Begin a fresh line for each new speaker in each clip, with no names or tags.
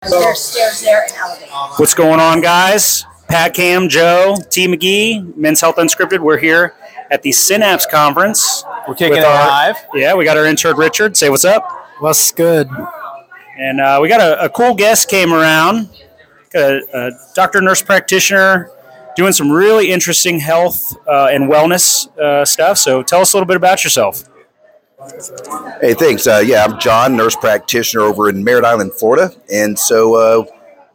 Because there's stairs there and elevators.
What's going on, guys? Pat Cam, Joe, T McGee, Men's Health Unscripted. We're here at the Synapse Conference.
We're kicking it
With our-
live.
Yeah, we got our intern Richard. Say what's up.
What's good?
And uh, we got a, a cool guest came around, a, a doctor, nurse practitioner, doing some really interesting health uh, and wellness uh, stuff. So tell us a little bit about yourself.
Hey, thanks. Uh, yeah, I'm John, nurse practitioner over in Merritt Island, Florida, and so uh,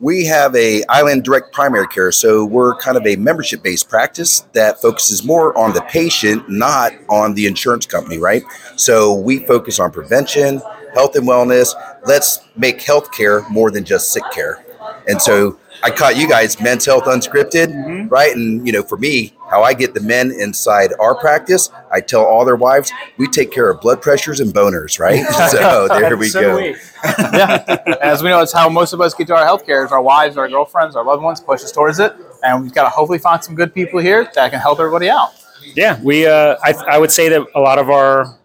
we have a Island Direct Primary Care. So we're kind of a membership-based practice that focuses more on the patient, not on the insurance company, right? So we focus on prevention, health and wellness. Let's make healthcare more than just sick care. And so I caught you guys men's health unscripted, right? And you know, for me, how I get the men inside our practice, I tell all their wives, we take care of blood pressures and boners, right? so there we go.
yeah. As we know, it's how most of us get to our healthcare is our wives, our girlfriends, our loved ones push us towards it. And we've got to hopefully find some good people here that can help everybody out.
Yeah, we. Uh, I, I would say that a lot of our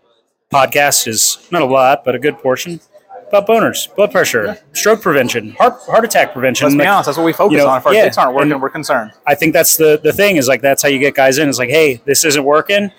podcast is not a lot, but a good portion about boners, blood pressure, stroke prevention, heart heart attack prevention.
Let's be
Like,
honest, that's what we focus
you know,
on. If our
yeah,
kids aren't working,
and-
we're concerned.
I think that's the the thing is like that's how you get guys in. It's like, hey, this isn't working.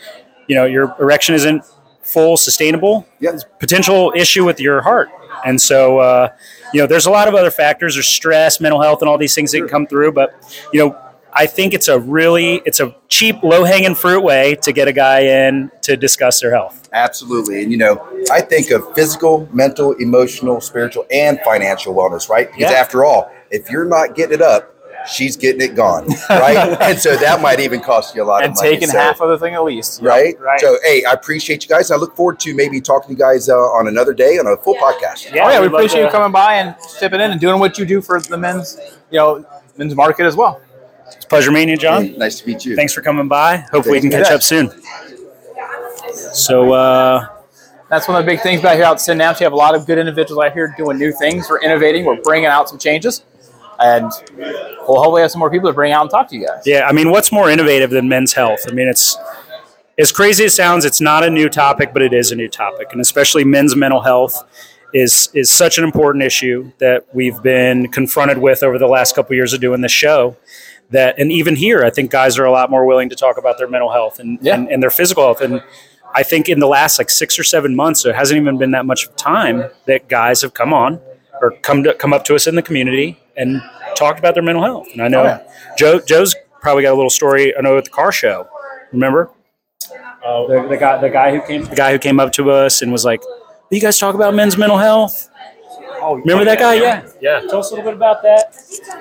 You know, your erection isn't full sustainable.
Yep.
Potential issue with your heart, and so uh, you know, there's a lot of other factors. There's stress, mental health, and all these things that can come through. But you know, I think it's a really it's a cheap, low hanging fruit way to get a guy in to discuss their health.
Absolutely. And you know, I think of physical, mental, emotional, spiritual, and financial wellness, right? Because
Yeah.
after all, if you're not getting it up, she's getting it gone. Right. and so that might even cost you a lot
And
of money.
taking
So-
half of the thing at least.
Right?
Right.
So, hey, I appreciate you guys. I look forward to maybe talking to you guys uh, on another day on a full podcast.
oh, yeah, we
we'd love
appreciate
to- uh,
you coming by and chipping in and doing what you do for the men's, you know, men's market as well.
It's a pleasure meeting you, John.
Hey, nice to meet you.
Thanks for coming by. Hopefully, we can
Thanks.
catch up soon. So, uh,
That's one of the big things about here out at Synapse. You have a lot of good individuals out here doing new things. We're innovating. We're bringing out some changes, and we'll hopefully have some more people to bring out and talk to you guys.
Yeah, I mean, what's more innovative than men's health? I mean, it's as crazy as it sounds, it's not a new topic, but it is a new topic, and especially men's mental health is is such an important issue that we've been confronted with over the last couple years of doing this show. That and even here, I think guys are a lot more willing to talk about their mental health and
Yeah.
and, and their physical health. And I think in the last like six or seven months, so it hasn't even been that much of time that guys have come on or come to come up to us in the community and talked about their mental health. And I know
Oh, yeah.
Joe Joe's probably got a little story. I know at the car show. Remember? the, the guy the guy who came the guy who came up to us and was like, "Will you guys talk about men's mental health?"
Oh,
Remember that guy? Yeah.
Yeah.
Tell us a little bit about that.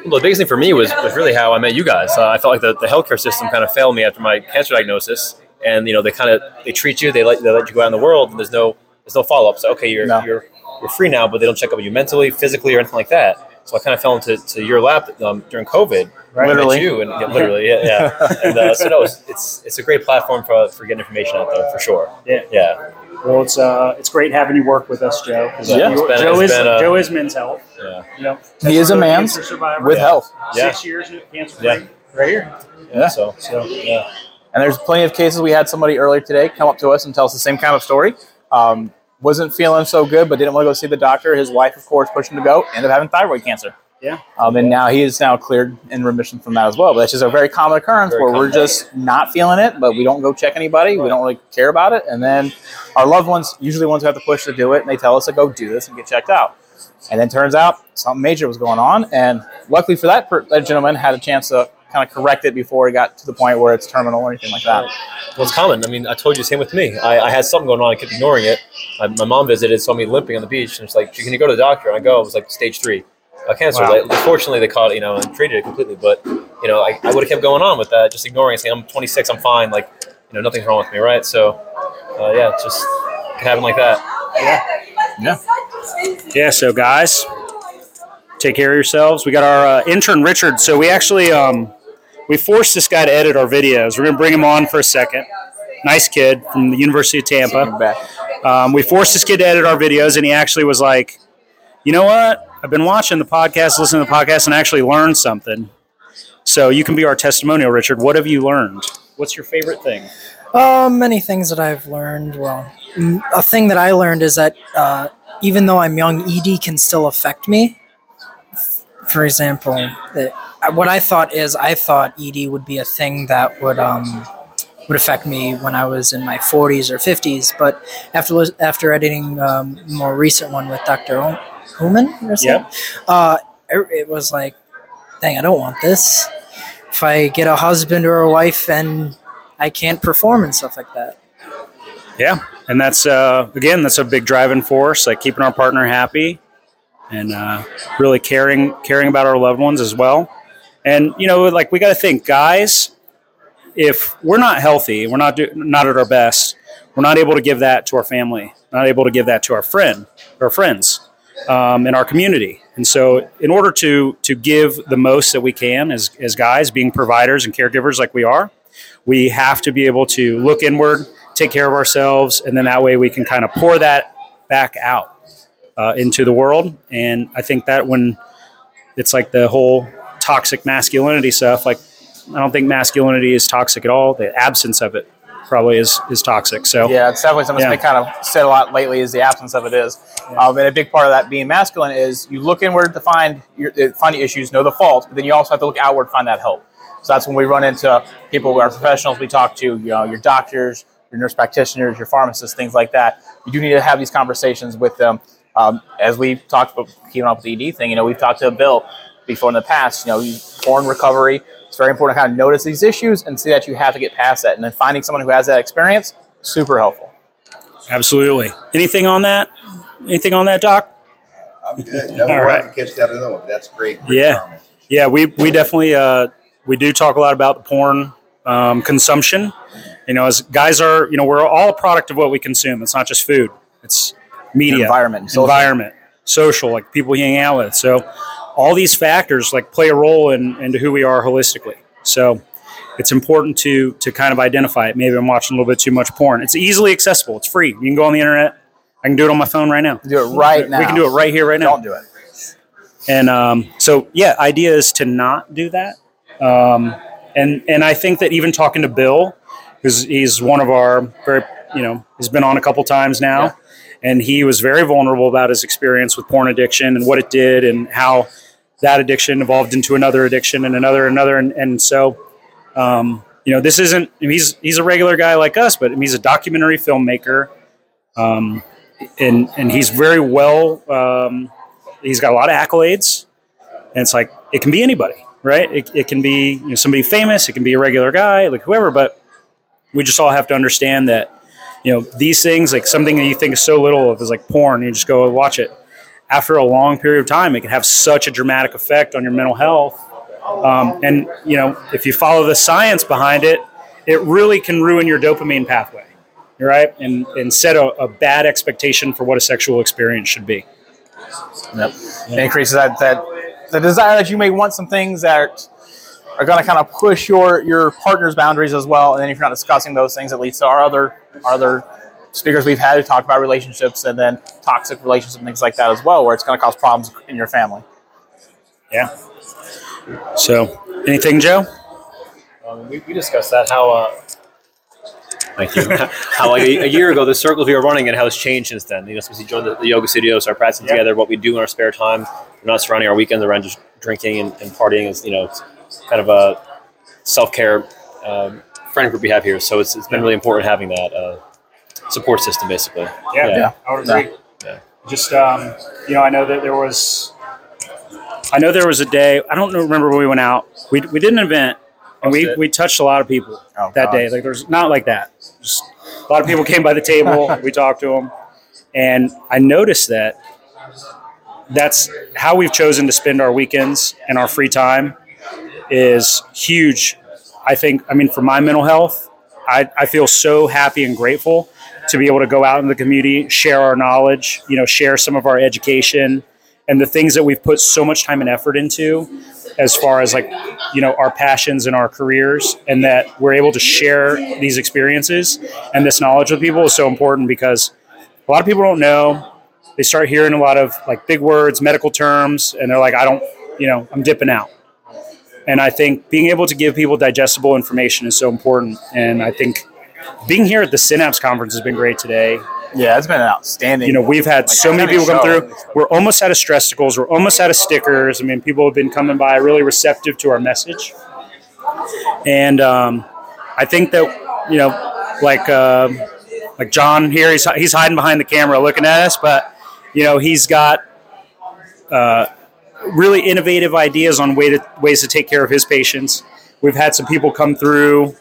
Well, the biggest thing for me was, was really how I met you guys. Uh, I felt like the, the healthcare system kind of failed me after my cancer diagnosis, and you know they kind of they treat you, they let they let you go out in the world, and there's no there's no follow up. So okay, you're
No.
you're you're free now, but they don't check up with you mentally, physically, or anything like that. So I kind of fell into to your lap um, during COVID. I met
Literally.
you and yeah, literally, yeah, yeah. And, uh, so no, it's, it's it's a great platform for for getting information out there for sure.
Yeah.
yeah,
Well, it's uh, it's great having you work with us, Joe. 'cause
Yeah.
you-
It's been-
Joe
it's
is
been, uh,
Joe is men's health.
yeah.
You know,
He is a
Cancer
man
survivor.
with
Yeah.
health,
Six years uh, cancer free.
Yeah.
Right here.
Yeah.
So,
So
yeah.
and there's plenty of cases. We had somebody earlier today come up to us and tell us the same kind of story. Um, wasn't feeling so good, but didn't want to go see the doctor. His wife, of course, pushed him to go. Ended up having thyroid cancer.
Yeah.
Um, and now he is now cleared in remission from that as well. But that's just a very common occurrence
Very
where we're
common.
just not feeling it, but we don't go check anybody. We don't really care about it. And then our loved ones, usually the ones who have to push to do it, and they tell us to go do this and get checked out. And then turns out something major was going on. And luckily for that, per- that gentleman had a chance to kind of correct it before it got to the point where it's terminal or anything like that.
Well, it's common. I mean, I told you the same with me. I, I had something going on. I kept ignoring it. I, my mom visited, saw me limping on the beach, and she's like, "Can you go to the doctor?" And I go. It was like stage three, uh, cancer.
Wow.
Like, fortunately, they caught it, you know, and treated it completely. But you know, I, I would have kept going on with that, just ignoring it, saying, "I'm 26, I'm fine. Like, you know, nothing's wrong with me, right?" So, uh, yeah, it's just it happened like that.
yeah, so guys, take care of yourselves. We got our uh, intern Richard. So we actually um, we forced this guy to edit our videos. We're gonna bring him on for a second. Nice kid from the University of Tampa.
Back.
Um, we forced this kid to edit our videos, and he actually was like, "You know what? I've been watching the podcast, listening to the podcast, and actually learned something. So you can be our testimonial, Richard. What have you learned? What's your favorite thing?
Uh, many things that I've learned. Well, m- a E thing that I learned is that uh, even though I'm young, ED can still affect me for example, that what I thought is I thought ED would be a thing that would um, would affect me when I was in my 40s or 50s. But after lis- after editing um, more recent one with Dr. Hum- Human, or something, uh, it, it was like, dang, I don't want this. If I get a husband or a wife and I can't perform and stuff like that.
Yeah, and that's uh, again that's a big driving force, like keeping our partner happy, and uh, really caring caring about our loved ones as well. And you know, like we got to think, guys, if we're not healthy, we're not do- not at our best, we're not able to give that to our family, not able to give that to our friend, our friends, um, in our community. And so, in order to to give the most that we can as as guys, being providers and caregivers like we are, we have to be able to look inward, take care of ourselves, and then that way we can kind of pour that back out uh, into the world. And I think that when it's like the whole toxic masculinity stuff, like I don't think masculinity is toxic at all. The absence of it probably is is toxic. So
Yeah, it's definitely something
Yeah.
that's been kind of said a lot lately is the absence of it is. Um, and a big part of that being masculine is you look inward to find your uh, find the issues, know the faults, but then you also have to look outward to find that help. So that's when we run into people who are professionals we talk to, you know, your doctors, your nurse practitioners, your pharmacists, things like that. You do need to have these conversations with them. Um, as we talked about keeping up with the ED thing, you know, we've talked to Bill before in the past, you know, you born recovery. It's very important to kind of notice these issues and see that you have to get past that. And then finding someone who has that experience, super helpful.
absolutely. Anything on that? Anything on that, Doc?
I'm good. No,
All
we're
right.
gonna catch that another one. That's great. great
Yeah.
Um,
comment.
Yeah, we we definitely uh, we do talk a lot about the porn um, consumption. You know, as guys are, you know, we're all a product of what we consume. It's not just food; it's media,
Environment, social.
environment, social, like people you hang out with. So, all these factors like play a role in into who we are holistically. So, it's important to to kind of identify it. Maybe I'm watching a little bit too much porn. It's easily accessible. It's free. You can go on the internet. I can do it on my phone right now.
Do it right now.
We can do it right here, right now.
Don't do it.
And um, so, yeah, idea is to not do that. Um, and and I think that even talking to Bill, because he's one of our very, you know, he's been on a couple times now,
Yeah.
and he was very vulnerable about his experience with porn addiction and what it did and how that addiction evolved into another addiction and another another and, and so um, you know this isn't I mean, he's he's a regular guy like us but he's a documentary filmmaker um, and and he's very well um, he's got a lot of accolades and it's like it can be anybody right it, it can be you know, somebody famous it can be a regular guy like whoever but we just all have to understand that you know these things like something that you think so little of is like porn you just go and watch it after a long period of time it can have such a dramatic effect on your mental health um, and you know if you follow the science behind it it really can ruin your dopamine pathway right and and set a, a bad expectation for what a sexual experience should be
Yep. It increases that, that the desire that you may want some things that are going to kind of push your your partner's boundaries as well. And then if you're not discussing those things, it leads to our other our other speakers we've had who talk about relationships and then toxic relationships and things like that as well, where it's going to cause problems in your family.
yeah so anything joe
Um, we, we discussed that how. Uh, Thank you. How like a, a year ago, the circles we were running and how it's changed since then. You know, since we joined the, the yoga studio, started practicing
Yeah.
together, what we do in our spare time. We're not surrounding our weekends around just drinking and, and partying. Is you know, it's kind of a self care um, friend group we have here. So it's, it's been really important having that uh, support system, basically.
Yeah,
Yeah.
I would agree.
Yeah.
Just um, you know, I know that there was, I know there was a day. I don't know- remember when we went out. We, we did an event, and we,
Hosted.
we touched a lot of people
Oh,
that
God.
day. Like there's not like that. Just a lot of people came by the table. we talked to them, and I noticed that that's how we've chosen to spend our weekends and our free time is huge. I think, I mean, for my mental health, I, I feel so happy and grateful to be able to go out in the community, share our knowledge, you know, share some of our education and the things that we've put so much time and effort into as far as like, you know, our passions and our careers and that we're able to share these experiences and this knowledge with people is so important because a lot of people don't know. They start hearing a lot of like big words, medical terms, and they're like, I don't, you know, I'm dipping out. And I think being able to give people digestible information is so important. And I think being here at the Synapse conference has been great today.
Yeah, it's been an outstanding.
You know, we've had
Like,
so many
outstanding
people come
show.
through. We're almost out of stressicles. We're almost out of stickers. I mean, people have been coming by really receptive to our message, and um, I think that you know, like um like John here, he's he's hiding behind the camera looking at us, but you know, he's got uh, really innovative ideas on way to ways to take care of his patients. We've had some people come through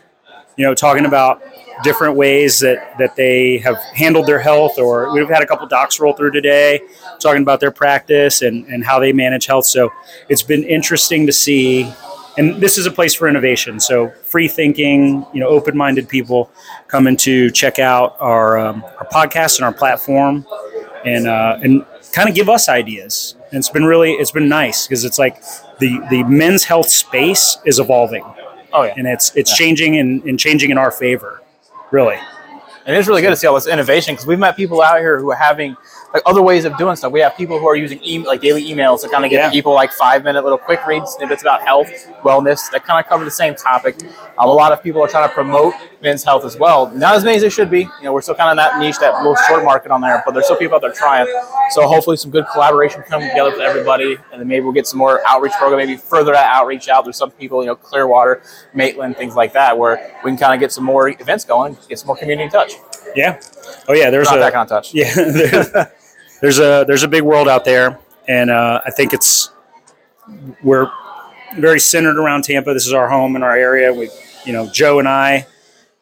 you know, talking about different ways that that they have handled their health. Or we've had a couple docs roll through today, talking about their practice and and how they manage health. So it's been interesting to see. And this is a place for innovation. So free thinking, you know, open minded people coming to check out our um, our podcast and our platform, and uh, and kind of give us ideas. And it's been really it's been nice because it's like the the men's health space is evolving
Oh yeah,
and it's it's changing and, and changing in our favor, really.
and it's really good to see all this innovation because we've met people out here who are having like other ways of doing stuff. We have people who are using e- like daily emails to kind of give
Yeah.
people like five minute little quick read snippets about health, wellness that kind of cover the same topic. Um, a lot of people are trying to promote men's health as well. Not as many as they should be. You know, we're still kind of that niche, that little short market on there, but there's still people out there trying. So hopefully some good collaboration coming together with everybody, and then maybe we'll get some more outreach program, maybe further that outreach out. There's some people, you know, Clearwater, Maitland, things like that, where we can kind of get some more events going, get some more community touch.
Yeah. Oh yeah. There's
Not
a
that kind of touch.
yeah. There's, there's a there's a big world out there, and uh, I think it's we're very centered around Tampa. This is our home and our area. We you know Joe and I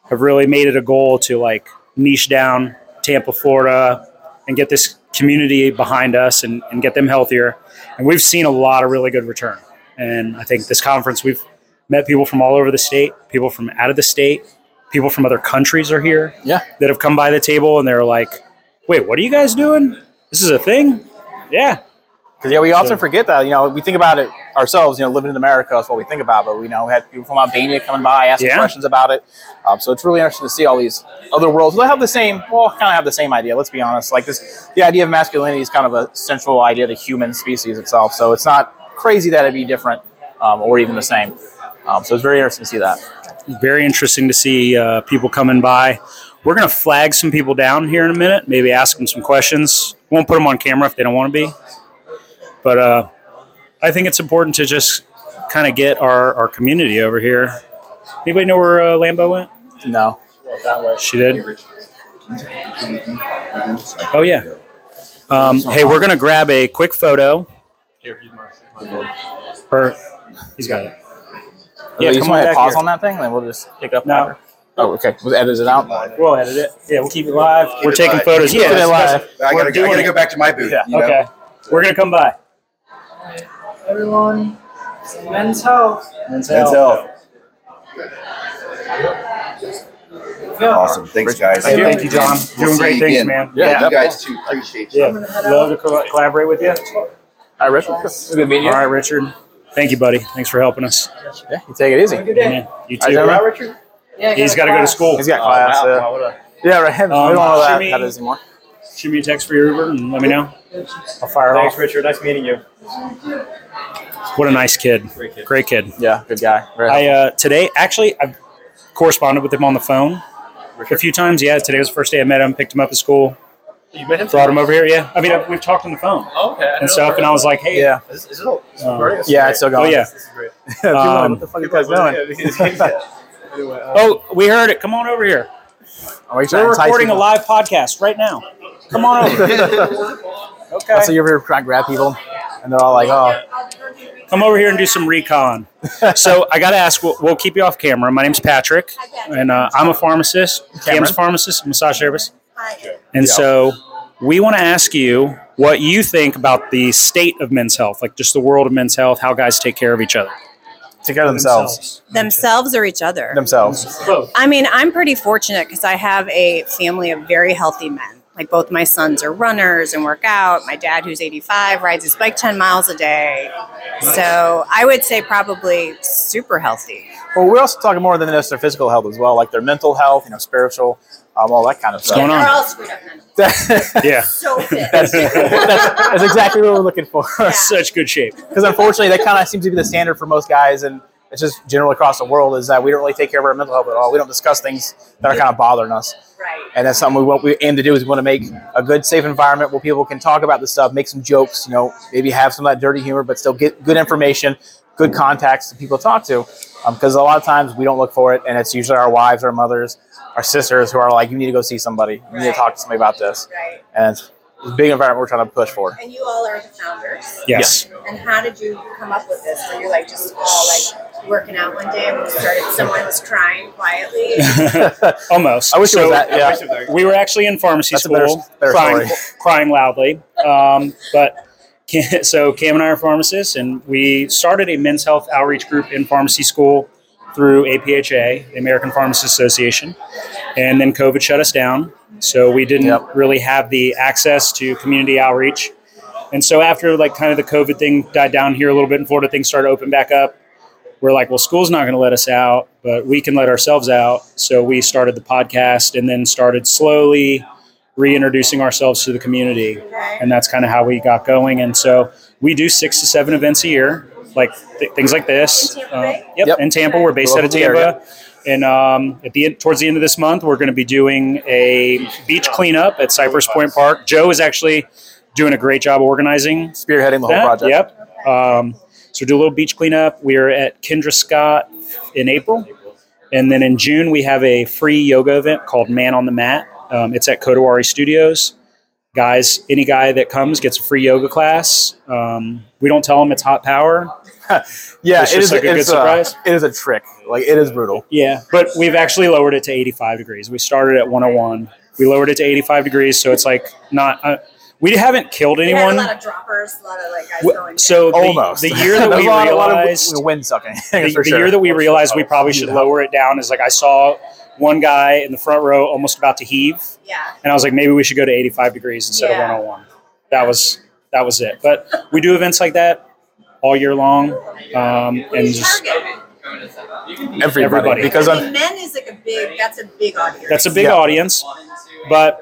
have really made it a goal to like niche down Tampa, Florida, and get this community behind us and, and get them healthier. And we've seen a lot of really good return. And I think this conference we've met people from all over the state, people from out of the state, people from other countries are here.
Yeah.
That have come by the table and they're like, wait, what are you guys doing? This is a thing? Yeah.
Because yeah, we often forget that. You know, we think about it ourselves. You know, living in America is what we think about, but we know we had people from Albania coming by asking
Yeah.
questions about it. Um, so it's really interesting to see all these other worlds. They have the same, well, kind of have the same idea. Let's be honest. Like this, the idea of masculinity is kind of a central idea to human species itself. So it's not crazy that it'd be different um, or even the same. Um, so it's very interesting to see that.
very interesting to see uh, people coming by. We're going to flag some people down here in a minute, maybe ask them some questions. Won't put them on camera if they don't want to be. But uh, I think it's important to just kind of get our, our community over here. Anybody know where uh, Lambo went?
No,
She did. Oh yeah. Um, hey, we're gonna grab a quick photo. Or he's got it. Yeah,
you
come
just
on
want to
back
pause
here.
on that thing, then we'll just pick it up.
No.
later. Oh, okay. We'll edit it out.
We'll edit it. Yeah, we'll keep it live. We're
it
taking
live.
photos.
Keep it
Yeah,
live.
it's-
I
We're
gotta, go- I
doing
gotta
it.
go back to my booth.
Yeah.
you know?
Okay. We're gonna come by.
Everyone, men's health.
Men's
That's
health.
all. Awesome. Thanks, guys.
Thank you, Thank you, John.
We'll
Doing
see
great
you
things,
again.
man.
Yeah,
Yeah, you
definitely.
guys too. Appreciate you.
Yeah, love to co- collaborate with you.
All right, Richard. Good to meet
All right, Richard. Thank you, buddy. Thanks for helping us.
Yeah, you take it easy.
Yeah, you
All right,
too.
Richard?
He's got to go to school. Oh,
He's got class. yeah. Yeah, right. we don't
Um,
know that,
Jimmy-
that is anymore.
Shoot me a text for your Uber and let me know. I'll fire it off.
Richard. Nice meeting you.
What a nice kid. Great kid.
Yeah, good guy. Very
I uh, today actually I've corresponded with him on the phone a few times. Yeah, today was the first day I met him. Picked him up at school.
You met him?
Brought him over here. Yeah, I mean I, we've talked on the phone
Oh, okay. I didn't know
and stuff. And I was like, hey,
yeah.
Is, is it all, is it
Um,
great? This is
Yeah,
great.
it's still
oh
going.
yeah.
This is great.
People are like, what the fuck are you guys doing?
Yeah. Anyway, uh,
Oh, we heard it. Come on over here.
Are we trying to
We're
entice
recording a
people?
live podcast right now. Come on over. okay.
So you're here trying to grab people, and they're all like, "Oh,
Come over here and do some recon. so I got to ask. We'll, we'll keep you off camera. My name's Patrick, and uh, I'm a pharmacist. Cam's pharmacist, massage therapist.
Hi.
And
Yeah.
so we want to ask you what you think about the state of men's health, like just the world of men's health, how guys take care of each other.
take care of themselves,
Themselves or each other?
themselves."
I mean, I'm pretty fortunate because I have a family of very healthy men. Like both my sons are runners and work out. My dad, who's 85, rides his bike 10 miles a day. So I would say probably super healthy.
Well, we're also talking more than just their physical health as well, like their mental health, you know, spiritual, um, all that kind of
going
stuff.
on?
all screwed up. men.
that's,
Yeah.
So fit.
that's exactly what we're looking for.
Such good shape.
because unfortunately that kind of seems to be the standard for most guys and it's just general across the world is that we don't really take care of our mental health at all. We don't discuss things that are kind of bothering us.
Right.
And that's something we want, we aim to do is we want to make a good, safe environment where people can talk about this stuff, make some jokes, you know, maybe have some of that dirty humor, but still get good information, good contacts to people to talk to. Because a lot of times we don't look for it, and it's usually our wives, our mothers, our sisters who are like, "You need to go see somebody. You need to
Right.
talk to somebody about this."
Right.
And it's a big environment we're trying to push for.
And you all are the founders.
Yes.
And how did you come up with this? Were you like just all like working out one day and we started someone was crying quietly?
Almost.
I wish it
So-
was that.
I
Yeah.
wish it was
we were actually in pharmacy
That's a better-
school,
better
crying,
story.
crying loudly. Um, but Cam- so Cam and I are pharmacists, and we started a men's health outreach group in pharmacy school through APHA, the American Pharmacists Association, and then COVID shut us down, so we didn't
Yep.
really have the access to community outreach. And so after like kind of the COVID thing died down here a little bit in Florida, things started to open back up. We're like, well, school's not going to let us out, but we can let ourselves out. So we started the podcast and then started slowly reintroducing ourselves to the community. And that's kind of how we got going. And so we do six to seven events a year, like th- things like this.
In Tampa,
Uh,
right?
yep,
Yep.
in Tampa. We're based
We're
out of
local to the
Tampa.
area.
And um, at the end, towards the end of this month, we're going to be doing a beach cleanup at Cypress Point Park. Joe is actually doing a great job organizing
Spearheading the whole
that,
project.
Yep. Um, so we do a little beach cleanup. We are at Kendra Scott in April, and then in June we have a free yoga event called Man on the Mat. Um, it's at Kodawari Studios. Guys, any guy that comes gets a free yoga class. Um, we don't tell them it's hot power.
Yeah,
It's
it
just
is uh,
like a
it
good
is
surprise.
It is a trick. Like it is brutal.
Yeah, but we've actually lowered it to 85 degrees. We started at 101. We lowered it to 85 degrees, so it's like not. Uh, we haven't killed
We had
anyone.
a lot of droppers, a lot of like guys
Wh-
going.
so the,
Almost.
the year that
There's
we
a lot,
realized
a lot of wind sucking.
the, the year that we realized we probably should lower it down is like I saw one guy in the front row almost about to heave,
yeah.
and I was like, maybe we should go to 85 degrees instead
Yeah.
of 101. That was that was it. But we do events like that all year long, um, and just
Target.
everybody,
everybody.
because
I
I'm,
mean, men is like a big. That's a big audience.
that's a big
Yeah.
audience. But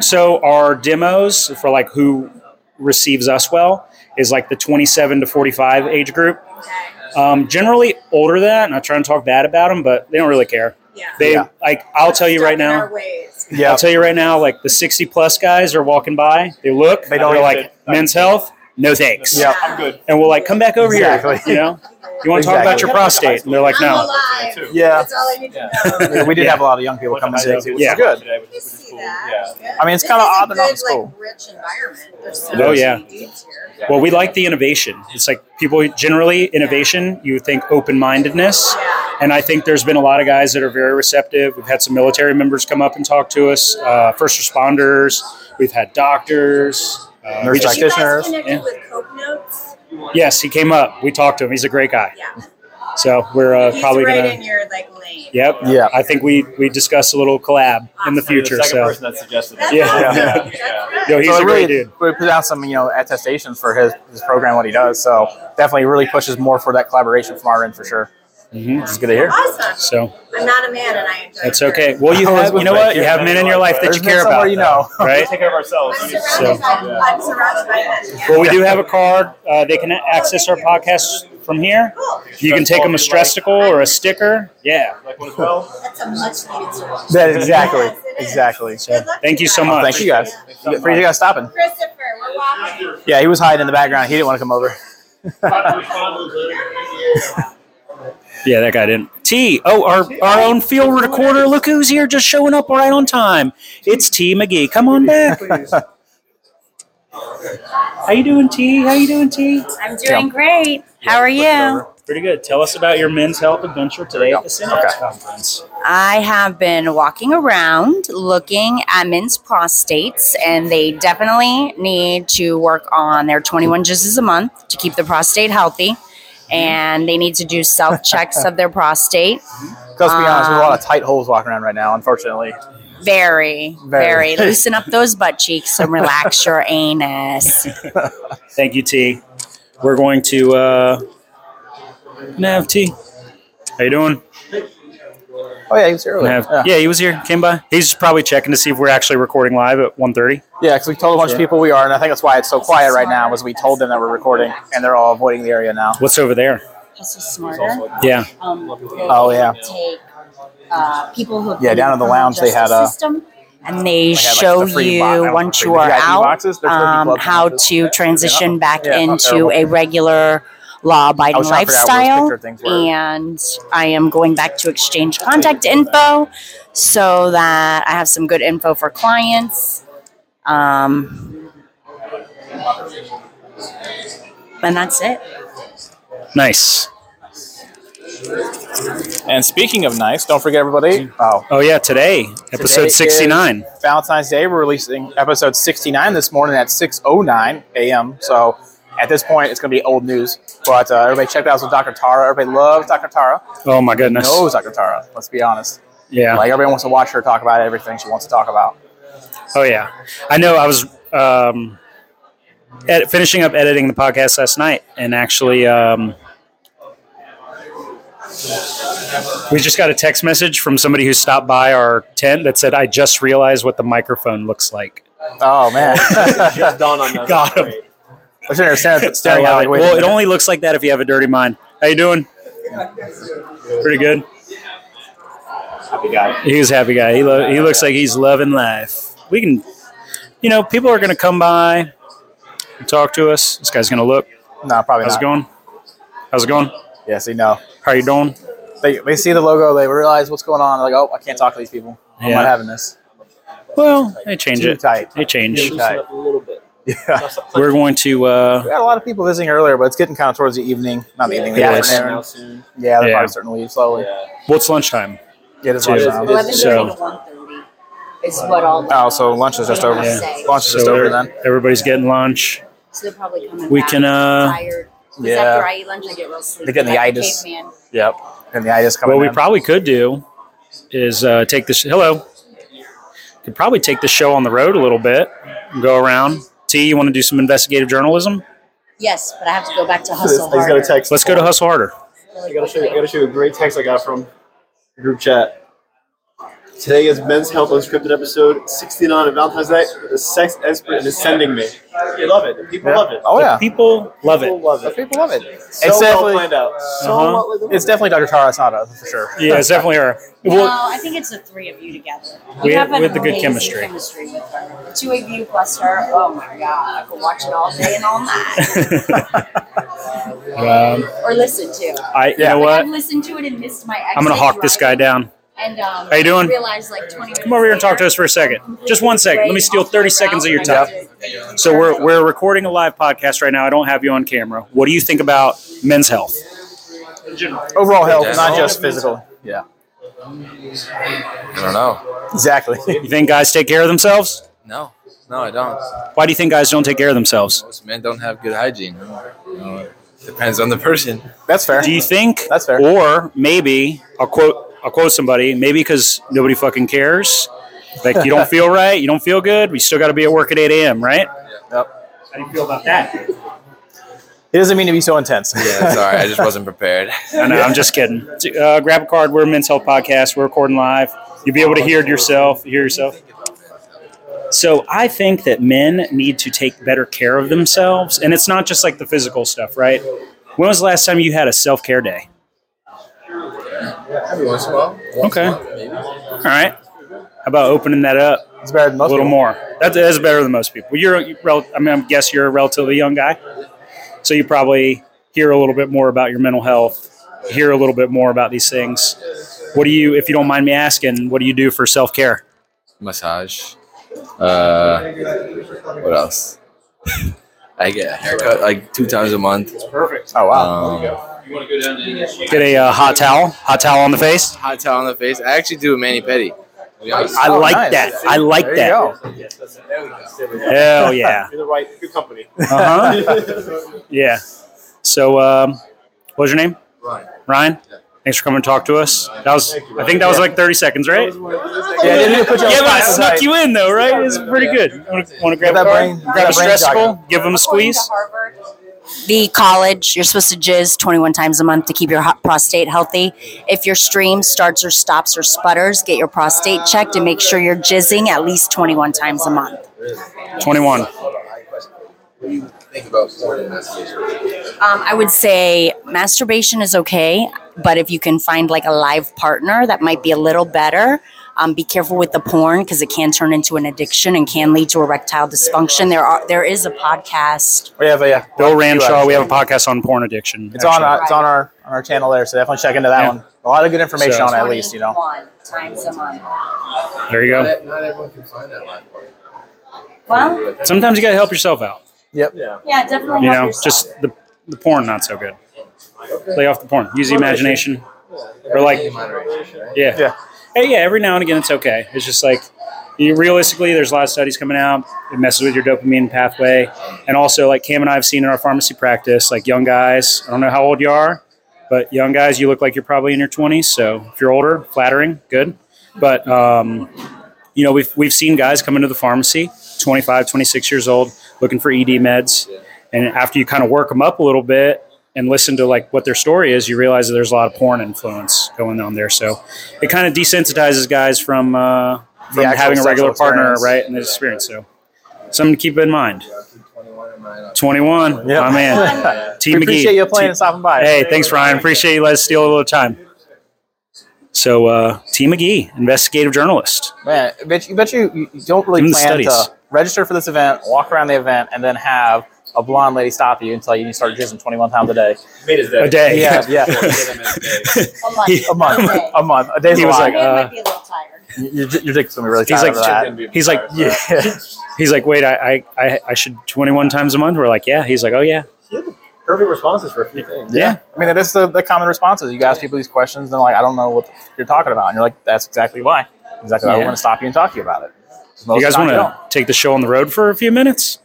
so our demos for like who receives us well is like the 27 to 45 age group.
Okay.
Um, generally older than that, not trying to talk bad about them, but they don't really care.
Yeah.
They
Yeah.
like I'll tell you
Stuck
right
in
now.
our ways.
yeah,
I'll tell you right now, like the 60 plus guys are walking by. They look,
They
they
don't
don't are
even-
like, men's health, no thanks.
Yeah.
I'm good.
And we're like, come back over
Exactly.
here. You know, you want to talk about
Exactly.
your prostate? And they're like,
I'm
no.
alive.
Too.
yeah.
That's all I need to know.
we did have a lot of young people come and see, which
Yeah.
is good.
Today, which,
You
which is
see
cool.
that.
Yeah.
Yeah.
I mean, it's
This
kinda
is a
odd, but not
good,
as cool.
Like, rich environment. There's so
Oh,
many
yeah.
dudes here.
Well, we like the innovation. It's like people generally innovation. You think open mindedness,
Yeah.
and I think there's been a lot of guys that are very receptive. We've had some military members come up and talk to us, uh, first responders. We've had doctors. Uh, we
Nurse
just-
Did you guys
practitioners,
connected
yeah.
with Coke Notes?
yes, he came up. We talked to him. He's a great guy.
Yeah.
So we're uh,
He's
probably
right
gonna.
in your like lane.
Yep.
Yeah.
I think we we discussed a little collab in the
Awesome. You're
You're
future.
the second
So,
person that suggested
That's
it.
Yeah.
awesome.
Yeah.
That's
Yeah.
good.
yo, he's
so
a
it
great
really
dude.
we put out some you know attestations for his, his program, what he does. So definitely really pushes more for that collaboration from our end for sure. Which is good to hear.
Awesome.
Mm-hmm. So
I'm not a man and I enjoy
that's
it.
okay. Well, you
I was
have, you
gonna
know
say,
what? You
yeah,
have men in your life that
There's
you
been
care
somewhere
about,
you
though,
know.
right?
We take care of ourselves.
I'm
We need to-
surrounded, by,
Yeah.
I'm surrounded by men. Yeah.
Well, we do have a card. Uh, they can access our podcast from here.
Cool.
You can take them a stressicle or a sticker. Yeah.
Like one as well.
That's a much needed service.
That exactly,
Yes, it is.
exactly.
So,
Good luck
thank
to
you so
guys.
much.
Thank you guys.
so
You guys- you guys stopping.
Christopher, we're walking.
Yeah, he was hiding in the background. He didn't want to come over.
Yeah, that guy didn't. T. Oh, our our own field recorder. Look who's here, just showing up right on time. It's T. McGee. Come on back. How you doing, T? How you doing, T?
I'm doing great. How are you?
Pretty good. Tell us about your men's health adventure today at the Synapse
Okay.
conference.
I have been walking around looking at men's prostates, and they definitely need to work on their 21 jizzes a month to keep the prostate healthy.
Mm-hmm.
And they need to do self checks of their prostate.
Because to Mm-hmm. be honest, there's a
Um,
lot of tight holes walking around right now, unfortunately.
Very, very.
Very.
Loosen up those butt cheeks and relax your anus.
Thank you, T. We're going to uh, Nav T. How you doing?
Oh yeah, he was here earlier.
Nav. Yeah. he was here. Came by. He's probably checking to see if we're actually recording live at 1.30.
Yeah, because we told a bunch of people we are, and I think that's why it's so quiet right now. Was we told them that we're recording, and they're all avoiding the area now.
What's over there?
also smarter.
Yeah.
Um, they
Oh, yeah.
Take uh, people who have
Yeah,
been
down
in
at the
criminal
lounge they had,
justice
uh,
system, and they
had, like,
show
the free
you
bo- I don't know,
once
free-
you
they
are
got
out
e-boxes? There's gonna be
um,
clubs and
how
stuff.
to transition back
Yeah, not
into
terrible.
a regular
I
law-abiding
was trying to figure out where
lifestyle
those picture things were.
and I am going back to exchange contact info so that I have some good info for clients. Um, and that's it.
Nice.
And speaking of nice, don't forget everybody. Oh,
Oh yeah, today episode
Today is
sixty nine.
Valentine's Day. We're releasing episode 69 this morning at 6:09 a.m. So at this point, it's going to be old news. But uh, everybody checked out with Dr. Tara. Everybody loves Dr. Tara.
Oh my goodness.
Knows Dr. Tara. Let's be honest.
Yeah.
Like everyone wants to watch her talk about everything she wants to talk about.
Oh yeah, I know. I was um, ed- finishing up editing the podcast last night, and actually, um, we just got a text message from somebody who stopped by our tent that said, "I just realized what the microphone looks like."
Oh man,
Just dawned on us.
Got him.
Great.
I shouldn't have said
I
staring at
love
it like,
it.
wait a
well, it
minute.
only looks like that if you have a dirty mind. How you doing? Pretty good.
Happy guy.
He's a happy guy. He lo- he looks like he's loving life. We can, you know, people are going to come by, and talk to us. This guy's going to look.
No, probably
How's
not.
it going? How's it going?
Yeah, see, no.
How you doing?
They, they see the logo, they realize what's going on. They're like, oh, I can't talk to these people. I'm
Yeah.
not having this.
Well, they change
Too
it.
tight.
They change.
Loosen up a little bit.
Yeah.
We're going to.
We
Uh,
had a lot of people visiting earlier, but it's getting kind of towards the evening. Not the evening, the
It
Yeah,
is.
afternoon.
now soon.
Yeah, they're
Yeah.
probably starting to leave slowly.
Yeah.
what's lunchtime?
Yeah, there's
Two.
lunch
It
now.
is.
11:30
So-
to 1:30 is what all.
Oh, so lunch is just over.
Yeah.
Lunch is just over
they're-
then.
everybody's getting lunch.
So they're probably coming
We
back
can, uh,
tired. 'Cause
Yeah.
After I eat lunch, I get real sleepy.
getting the
like a
itis.
caveman.
Yep. And the itis coming
What we
in.
probably could do is uh, take this. Hello. Could probably take the show on the road a little bit. and Go around. T, you want to do some investigative journalism?
Yes, but I have to go back to
He's
hustle
got a
harder.
text.
Let's go to hustle harder.
I gotta show you. I gotta show you a great text I got from the group chat. Today is Men's Health Unscripted episode 69 of Valentine's Day. The sex expert is sending me. You love it. People
Yeah.
love it.
Oh, yeah.
People love
People
it.
love it.
People love it.
So
it's,
well
definitely,
planned out. So
Uh-huh.
well.
it's definitely Dr. Tara Asada, for sure.
Yeah, it's definitely her.
No,
Well,
I think it's the three of you together.
We-
You have
we
an
have the good
amazing
chemistry.
with her. The two of you plus her. Oh my god, I could watch it all day and all night,
um,
or listen to. it.
I. You
Yeah.
know
I've
what?
listened to it and missed my. Exit
I'm gonna hawk this guy
driving
down.
And um,
How you doing?
Realized like 20 minutes
Come over here and talk to
later,
us for a second. Just one second. Let me steal 30 seconds of your time. So we're, we're recording a live podcast right now. I don't have you on camera. What do you think about men's health?
Overall health,
Yeah.
not just physical. Yeah.
I don't know.
Exactly.
You think guys take care of themselves?
No, no, I don't.
Why do you think guys don't take care of themselves?
Most men don't have good hygiene. You know, it depends on the person.
That's fair.
Do you think?
That's fair.
Or maybe I'll quote I'll quote somebody. Maybe because nobody fucking cares. Like you don't feel right, you don't feel good. We still got to be at work at 8 a.m. Right?
Yep.
How do you feel about that?
It doesn't mean to be so intense.
Yeah, sorry, I just wasn't prepared.
I know. I'm just kidding. Uh, grab a card. We're a men's health podcast. We're recording live. You'll be able to hear it yourself. Hear yourself. So I think that men need to take better care of themselves, and it's not just like the physical stuff, right? When was the last time you had a self care day?
Every once in a while.
once in a Okay. while, All right. How about opening that up
It's better than
a
most
little
people.
more? That is better than most people. You're, you rel- I mean, I guess you're a relatively young guy, so you probably hear a little bit more about your mental health, hear a little bit more about these things. What do you, if you don't mind me asking, what do you do for self care?
Massage. Uh, what else? I get a haircut like two times a month.
Oh, wow.
Um,
Get a uh, hot towel, hot towel on the face.
hot towel on the face. I actually do a mani pedi. to be honest.
I
Oh,
like
nice.
that. I like
There you
that.
go.
Yes, that's it. There we go.
Hell yeah.
You're the right good company.
Uh-huh.
Uh huh. yeah. So, um, what was your name?
Ryan.
Ryan. Thanks for coming to talk to us. That was, I think that was like 30 seconds, right?
Yeah, didn't you put your
Yeah, but I
That's
snuck
right.
you in though, right? It's pretty good. Want to grab
that
a card?
brain-
grab
that brain
a stressful, give them a
According to
squeeze.
Harvard, The college, you're supposed to jizz 21 times a month to keep your hot prostate healthy. If your stream starts or stops or sputters, get your prostate checked and make sure you're jizzing at least 21 times a month.
21.
What do you think about porn investigation?
Um, I would say masturbation is okay, but if you can find like a live partner, that might be a little better. Um, be careful with the porn because it can turn into an addiction and can lead to erectile dysfunction. There are there is a podcast.
We have a Oh, yeah,
Bill Ramshaw. We have a podcast on porn addiction.
It's on
actually.
uh, it's on our on our channel there, so definitely check into that
Yeah.
one. A lot of good information
So-
on it, at least you know.
21 times a month.
There you go.
Not, not everyone can find that line part.
Well,
Sometimes you got to help yourself out.
yeah, definitely.
You
help
know,
yourself.
just the the porn not so good. Lay off the porn. Use the imagination. Or like, yeah,
Yeah.
Hey, yeah. Every now and again, it's okay. It's just like, you, realistically, there's a lot of studies coming out. It messes with your dopamine pathway, and also like Cam and I have seen in our pharmacy practice, like young guys. I don't know how old you are, but young guys, you look like you're probably in your 20s. So if you're older, flattering, good. But um, you know, we've we've seen guys come into the pharmacy, 25, 26 years old, looking for ED meds. And after you kind of work them up a little bit and listen to like what their story is, you realize that there's a lot of porn influence going on there. So it kind of desensitizes guys from uh,
The
from
actual
having a regular
sexual
partner,
experience.
right? And the experience. So something to keep in mind. 21,
Yeah.
my man. T
We appreciate
McGee.
you playing
T-
and stopping by.
Hey, thanks, Ryan. Appreciate you. Let's steal a little time. So, uh, T. McGee, investigative journalist.
Man, I bet you, bet you, you- you don't really
Doing the
plan
studies.
to register for this event, walk around the event, and then have a blonde lady stop you and tell you you start jizzing 21 times a day.
Made his
A day.
Yeah, yeah.
a month.
He-
A month.
Okay.
A month. A day's
He
a
was
lot.
like,
I
uh,
might be a little tired.
your, your dick's going to be really
He's
tired
like,
of that.
He's like,
Yeah.
He's like, wait, I, I, I, I should 21 times a month. We're like, yeah. He's like, oh, yeah.
Perfect responses for a few things.
Yeah.
I mean, that's the, the common responses. You ask people these questions, and they're like, I don't know what you're talking about. And you're like, that's exactly why. Exactly why
Yeah.
we're going to stop you and talk to you about it.
You guys want
to?
to take the show on the road for a few minutes?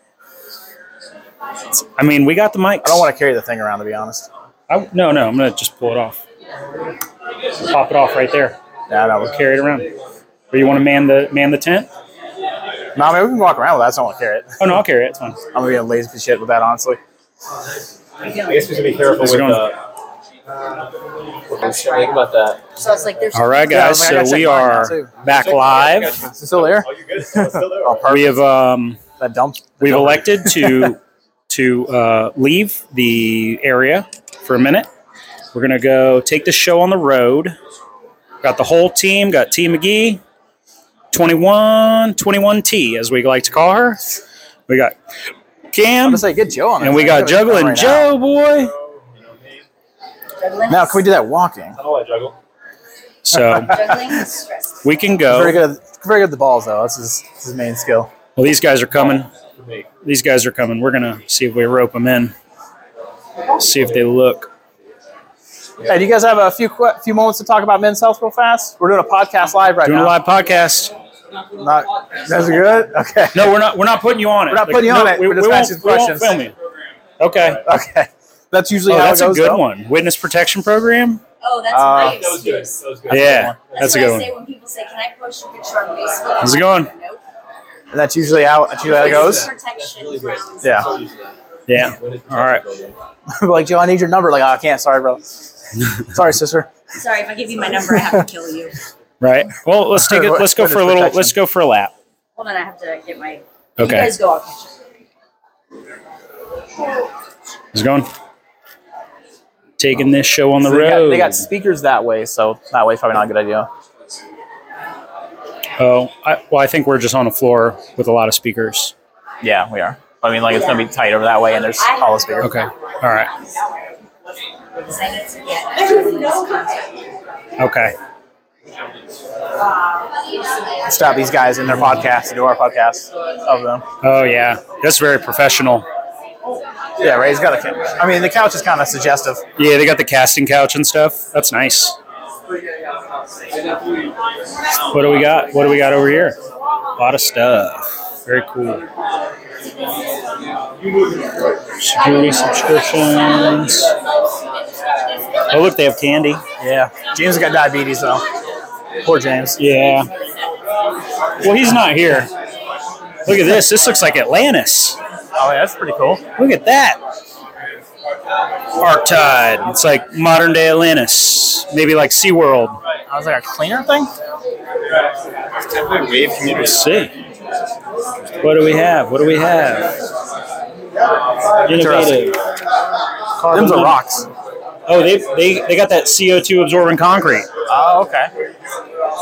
I mean, we got the mics.
I don't want to carry the thing around, to be honest.
I, no, no. I'm going to just pull it off. Pop it off right there.
Yeah, no,
We'll carry it around. Or you want to man the man the tent?
no, I mean, we can walk around with that. I just don't want to carry it.
Oh, no, I'll carry it. It's fine.
I'm going to be a lazy piece of shit with that, honestly.
I guess we should be careful
How's it
with
going?
uh, what we should think about that.
So it's like there's
All right,
Yeah, I
guys.
was like, I gotta
so we
check mine now,
are
too.
back live.
Is it still there?
Oh, you're good. It's still there.
Oh, perfect.
We have um,
that dump.
we've elected to to uh, leave the area for a minute. We're gonna go take the show on the road. Got the whole team. Got T McGee, 21, 21T as we like to call her. We got
I'm
Cam,
gonna say, get Joe on it.
and we got Juggling Joe, boy.
Now, can we do that walking?
How do I juggle?
So
juggling is stressful.
we can
Very
go.
good. Very good at the balls, though. That's his, that's his main skill.
Well, these guys are coming.
For me.
These guys are coming. We're gonna see if we rope them in. See if they look.
Hey, do you guys have a few que- few moments to talk about men's health real fast? We're doing a podcast live right
Doing a
now.
live podcast.
Not, that's good. Okay.
No, we're not. We're not putting you on it.
We're not putting you on it.
We,
We're just
we won't,
asking
we won't
questions.
film you. Okay.
Okay. That's usually
Oh,
how
that's
it
a
goes.
good
though.
one. Witness protection program.
Oh, that's
Uh,
my
That was good.
excuse.
That was good.
Yeah,
That's,
that's
what
a good
I
one.
say when people say, "Can I post your picture on Facebook?"
How's it going?
Nope.
And that's usually how that's usually how it goes.
Protection grounds.
Yeah.
Yeah. All right.
like, Joe, I need your number. Like, oh, I can't. Sorry, bro. Sorry, sister.
Sorry, if I give you my number, I have to kill you.
Right. Well, let's take it. Let's go for a little.
Witness
Let's go for a lap.
Hold on, I have to get my. You
Okay.
guys go. I'll catch up.
How's it going? Taking this show on the
So they, got,
road.
they got speakers that way, so that way's probably not a good idea.
oh, I, well, I think we're just on the floor with a lot of speakers.
Yeah, we are. I mean, like, it's gonna be tight over that way, and there's
I have
all
to
the speakers.
go
Okay.
that way.
All right.
'Cause I need to get-
Okay.
Stop these guys in their podcast to do our podcast of them.
Oh yeah, that's very professional.
Yeah, Ray's got a couch. I mean, the couch is kind of suggestive.
Yeah, they got the casting couch and stuff. That's nice. What do we got? What do we got over here? A lot of stuff. Very cool. Security subscriptions. Oh, look, they have candy.
Yeah, James got diabetes though. Poor James.
Yeah. Well, he's not here. Look at this. This looks like Atlantis.
Oh, yeah, that's pretty cool.
Look at that. Arctide. It's like modern day Atlantis. Maybe like SeaWorld.
I was like a cleaner thing.
Wave community.
Let's see. What do we have? What do we have? Innovative.
Them's are rocks.
Oh, they, they, they got that CO2 absorbing concrete.
Oh, okay.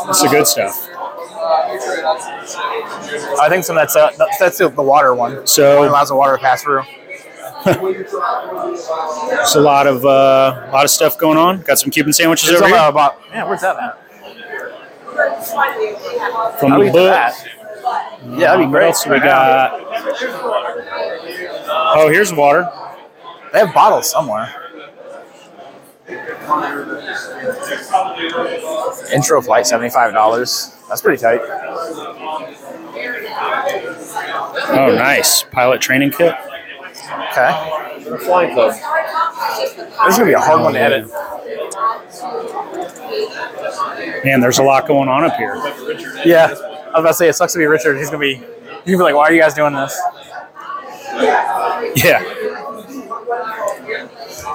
That's the good stuff.
I think some of that's uh, that's- that's the the water one. It
So
allows the water to pass through.
it's a lot of uh, lot of stuff going on. Got some Cuban sandwiches
It's
over
all
here
about- yeah, where's that at?
from
How do we
the
do
book.
that? Yeah, that'd be
Um, What
great.
else do we
Right now.
got? Oh, here's water.
They have bottles somewhere. Intro flight, seventy-five dollars. That's pretty tight.
Oh, nice pilot training kit.
Okay,
Flying club.
this is gonna be a hard one to edit.
Man, there's a lot going on up here.
Yeah, I was about to say it sucks to be Richard. He's gonna be, you're gonna be like, why are you guys doing this?
Yeah.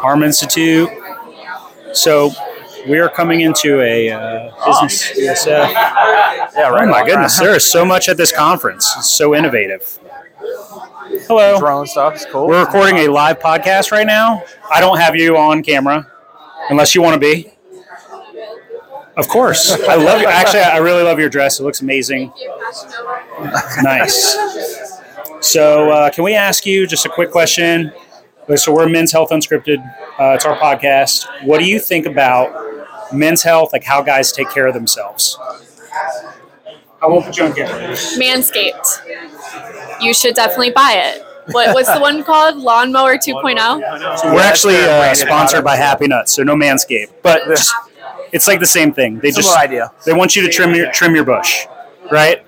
Arm Institute. So we are coming into a uh, business. ESF.
Yeah, right.
Oh my
on.
goodness, there is so much at this conference. It's so innovative. Hello.
Drone stuff is cool.
We're recording a live podcast right now. I don't have you on camera, unless you want to be. Of course, I love you. Actually, I really love your dress. It looks amazing. Nice. So, uh, can we ask you just a quick question? Uh, So, we're Men's Health Unscripted. Uh, it's our podcast. What do you think about men's health? Like how guys take care of themselves? I won't put you on camera.
Manscaped. You should definitely buy it. What, what's the one called? Lawnmower oh? 2.0?
oh.
We're actually uh, sponsored by Happy Nuts, so no manscape. But just- it's like the same thing. They
Similar
just
idea.
they want you to trim your trim your bush, right?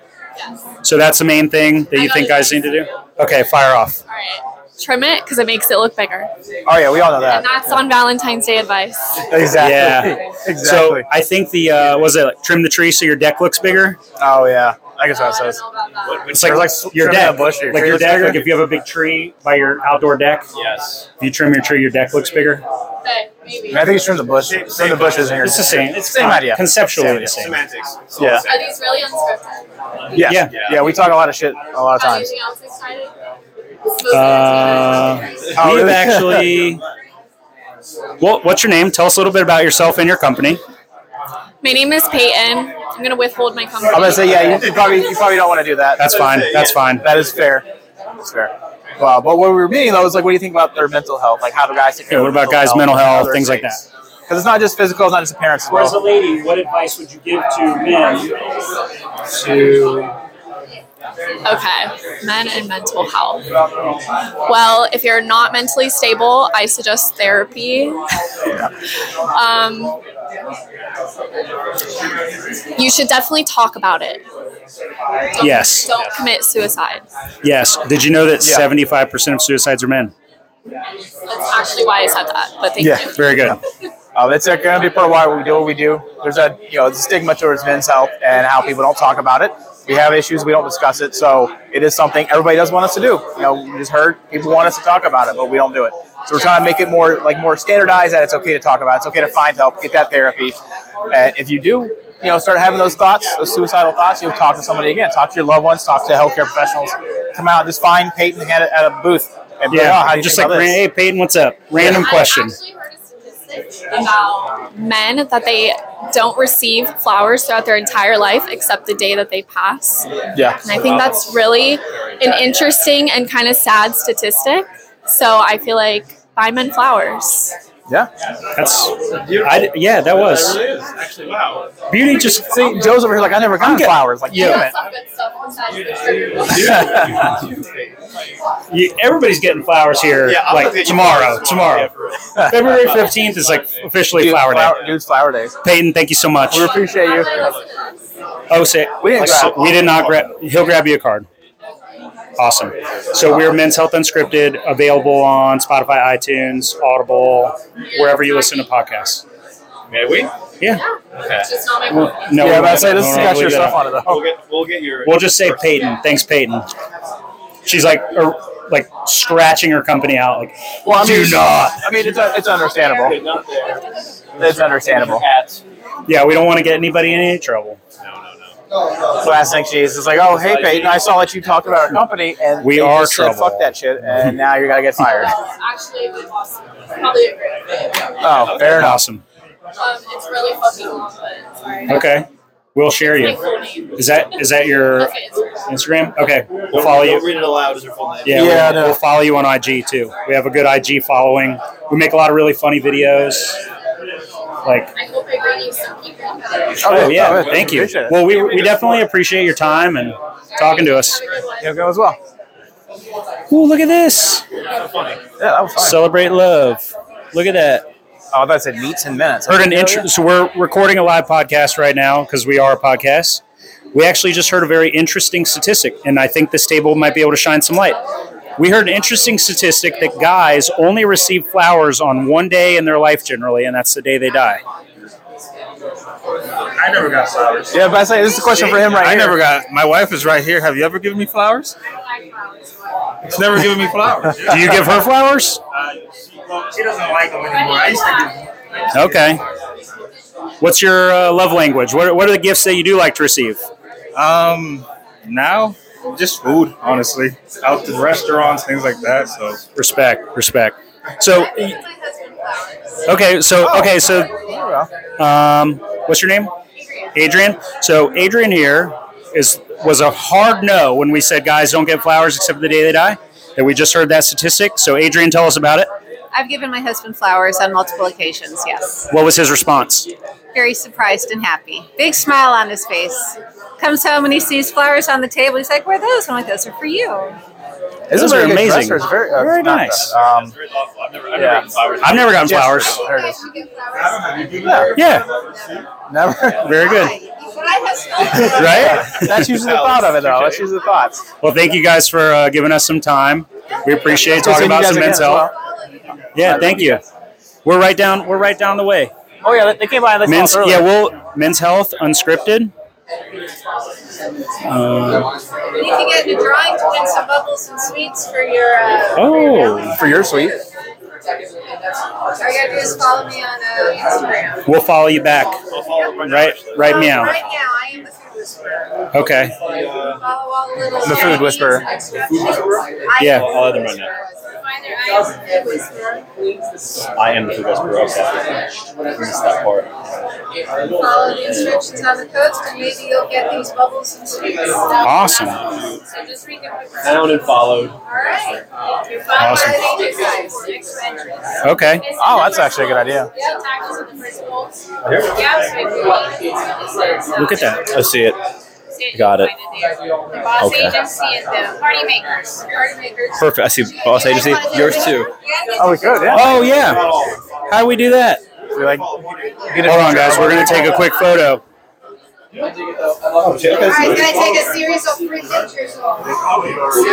So that's the main thing that
I
you
got
think
it.
guys need to do. Okay, fire off.
All right. Trim it because it makes it look bigger.
Oh yeah, we all know
And
that.
that's on Valentine's Day advice.
Exactly.
Yeah.
Exactly.
So I think the uh, was it like, trim the tree so your deck looks bigger.
oh yeah, I guess that
Oh, I
says.
don't know about that.
It's like,
Or like
your
trimming a
deck,
bush, your
like
tree
your
looks
deck.
bigger.
Like if you have a big tree by your outdoor deck,
Yes.
if you trim your tree, your deck looks bigger.
Okay, maybe.
I think it's from the bush. From the bushes in here.
It's the same. It's
Same
not-
idea.
Conceptually
Same
the same.
Semantics. It's all
Yeah.
the
Are these really unscripted?
Yeah.
Yeah.
yeah. we talk a lot of shit a lot of times.
Anything else exciting?
Uh,
Oh,
We've
really?
actually. Well, what's your name? Tell us a little bit about yourself and your company.
My name is Peyton. I'm gonna withhold my company.
I'm gonna say yeah. You probably you probably don't want to do that.
That's fine. That's fine.
That is fair. That's fair. Wow. But what we were meaning though is like, what do you think about their mental health? Like, how do guys? take care
Yeah,
of
what about
their
guys' mental
and how
health,
they're
things like
safe?
that?
Because it's not just physical, it's not just appearance. As well.
lady, what advice would you give to men?
Okay, men and mental health. Well, if you're not mentally stable, I suggest therapy. um, you should definitely talk about it. Don't,
Yes.
Don't commit suicide.
Yes. Did you know that
Yeah.
seventy-five percent of suicides are men?
That's actually why I said that. But thank
Yeah.
you.
Very good.
Um, it's going to be part of why we do what we do. There's a you know stigma towards men's health and how people don't talk about it. We have issues, we don't discuss it, so it is something everybody does want us to do. You know, we just heard people want us to talk about it, but we don't do it. So we're trying to make it more like more standardized that it's okay to talk about. It. It's okay to find help, get that therapy. And if you do, you know, start having those thoughts, those suicidal thoughts, you'll talk to somebody again. Talk to your loved ones, talk to healthcare professionals. Come out, just find Peyton at a, at a booth and be like, oh,
Yeah.
how do you
just
think
like,
about this?
hey, Peyton, what's up? Random question.
I actually heard a statistic about men that they don't receive flowers throughout their entire life except the day that they pass.
Yeah.
And I think that's really an interesting and kind of sad statistic. So I feel like buy men flowers.
Yeah.
That's. I, yeah, that was.
It is actually wow.
Beauty just.
See, Joe's over here like I never got flowers. Like, damn it.
Some good stuff besides the shirt.
You, everybody's getting flowers here.
Yeah, I'm gonna
like
get you
tomorrow.
Yeah,
Tomorrow.
for real.
February fifteenth is like officially
Dude,
flower day.
Dude's flower day.
Peyton, thank you so much.
We appreciate you.
Oh, say
We didn't grab-
we did not grab. He'll grab you a card. Awesome. So we're Men's Health Unscripted, available on Spotify, iTunes, Audible, wherever you listen to podcasts.
May we?
Yeah.
It's just not my problem.
No,
yeah,
we're
but I
not-
say this
no,
has
we're
got
not
your
leaving
stuff
it
on
out.
it though.
We'll get we'll get your.
We'll just say Peyton. Thanks, Peyton. She's like, er, like scratching her company out. Like,
Well, I mean,
do not.
I mean, it's it's understandable.
Not there.
It's understandable.
Hats.
Yeah, we don't want to get anybody in any trouble.
No, no, no.
last thing she is, is like, oh, hey, Peyton, I saw that you talked about our company, and
We
you
are
just said,
trouble.
Fuck that shit, and now you're gonna get fired.
Actually, we lost. Probably a great fit.
Oh, fair enough.
Awesome.
Um, it's really fucking long, but sorry.
Okay. We'll share you. Is that is that your
Okay, it's-
Instagram? Okay. We'll follow
Don't
you.
Read it aloud as your full name.
Yeah,
Yeah,
we'll,
no.
we'll follow you on IG too. We have a good IG following. We make a lot of really funny videos. Like
I hope I bring you some people.
Oh
good.
yeah,
good.
thank you.
Appreciate it.
Well, we, we definitely appreciate your time and talking to us.
Have a good one.
Yeah, go as well.
Ooh, look at this!
Yeah, that was fun.
Celebrate love. Look at that.
oh, I thought it said meets and minutes.
Heard an intro. So we're recording a live podcast right now because we are a podcast. We actually just heard a very interesting statistic, and I think this table might be able to shine some light. We heard an interesting statistic that guys only receive flowers on one day in their life generally, and that's the day they die.
I never got flowers.
Yeah, but I say this is a question for him right
I
here.
never got. My wife is right here. Have you ever given me flowers? She's never given me flowers. Uh,
Do you give her flowers?
she doesn't like them anymore. I used to
Okay. What's your uh, love language? What are, what are the gifts that you do like to receive?
give. Um, now just food, honestly, out to restaurants, things like that. So
Respect, respect. So,
Give my husband flowers.
okay,
Oh.
so okay, so
There we go.
Um, what's your name? Adrian. So Adrian here is was a hard no when we said guys don't get flowers except the day they die. And we just heard that statistic. So Adrian, tell us about it.
I've given my husband flowers on multiple occasions, yes.
What was his response?
Very surprised and happy. Big smile on his face. Comes home and he sees flowers on the table. He's like, Where are those? I'm like, Those are for you.
This
Those
is a very
are
good
amazing.
dresser. It's very, uh,
Very
not
nice.
dresser. Um, yeah.
I've never gotten
Yes.
flowers.
There it is.
You give flowers.
Yeah,
Never.
very good. Right?
That's usually the thought of it, though. That's usually the thought.
Well, thank you guys for uh, giving us some time. We appreciate talking
Christine, you
about
guys
some
again
men's
as
health.
well.
Yeah, thank you. We're right down. We're right down the way.
Oh yeah, they- they came by. and They
Men's
saw us
yeah,
earlier.
well, men's health unscripted. Uh,
You can get a drawing to win some bubbles and sweets for your. Uh,
oh,
for your suite.
all you gotta do is follow me on uh, Instagram. Um,
we'll follow you back. Right, right meow.
Right now, I am the food whisperer.
Okay.
Follow all the little.
The food whisperer.
Yeah.
I'll add them right now.
Find their eyes and food whisperer.
I am the food whisperer. Okay. Missed that part.
Follow the instructions on the coast, and maybe you'll get these bubbles and sweets.
Awesome.
So just read the
Found and followed.
All right.
Awesome.
Awesome.
Okay.
Oh, that's actually a good idea.
Look
Look at that.
I see it. Got it.
The boss
Okay.
agency and the party makers. Party makers.
Perfect. I see boss agency. Yours too.
Oh, we could. Yeah.
Oh yeah. How do we do that?
We like. Get a
Hold on,
picture.
guys. We're gonna take a quick photo.
Oh,
Alright, gonna take a series of three pictures.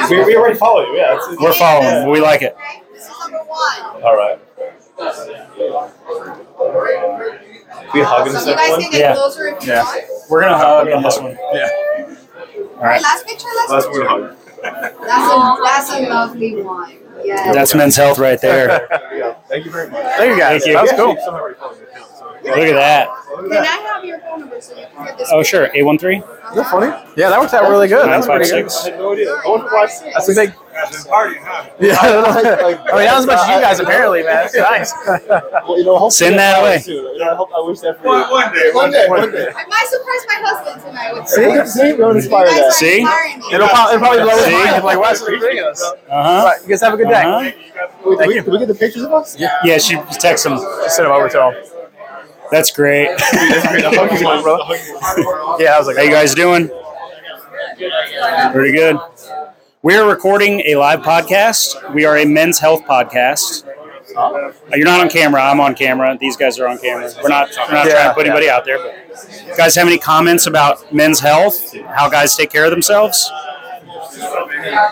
We, we already follow
Oh,
you. Yeah. It's,
We're following. We like it.
Okay, This is number one.
all right. We hugging
So you guys
someone.
can get
Yeah.
closer if you
Yeah.
want.
We're gonna hug on this one.
Alright, last picture, last
Last
picture.
one hug.
That's a, that's a lovely one. Yeah.
That's men's health right there.
Yeah. Thank you very much.
There you guys.
Thank you.
That was
Yeah.
cool.
Someone already followed me.
Look at that.
Can I have your phone number so you can get this?
Oh sure, eight one three
That funny. Yeah, that worked out really good. That
nine
was
five
pretty good.
six.
I had no idea. I wonder why.
Alright.
That's a big. Yeah. I mean, that was as much as you guys apparently, man. It's nice.
Well, you know, hopefully
Send that
I
away.
too. You know, I, hope, I wish that for
One,
you.
one day, one day.
one day.
I might surprise my husband tonight with
See, see, we don't
You
inspire
guys are
that.
See?
inspiring me.
It'll, probably, it'll probably blow his
See?
mind. Like, why is it bringing us? All
Uh huh.
right, you guys have a good day.
Uh-huh.
Wait,
Thank
do, we,
you.
do we get the pictures of us? Yeah.
Yeah, she texts him.
Just send him over to him.
That's great.
Yeah, I was like, oh.
How you guys doing? Pretty good. We are recording a live podcast. We are a men's health podcast. Uh, You're not on camera. I'm on camera. These guys are on camera. We're not. We're not trying
Yeah,
to put anybody out there. But you guys have any comments about men's health? How guys take care of themselves?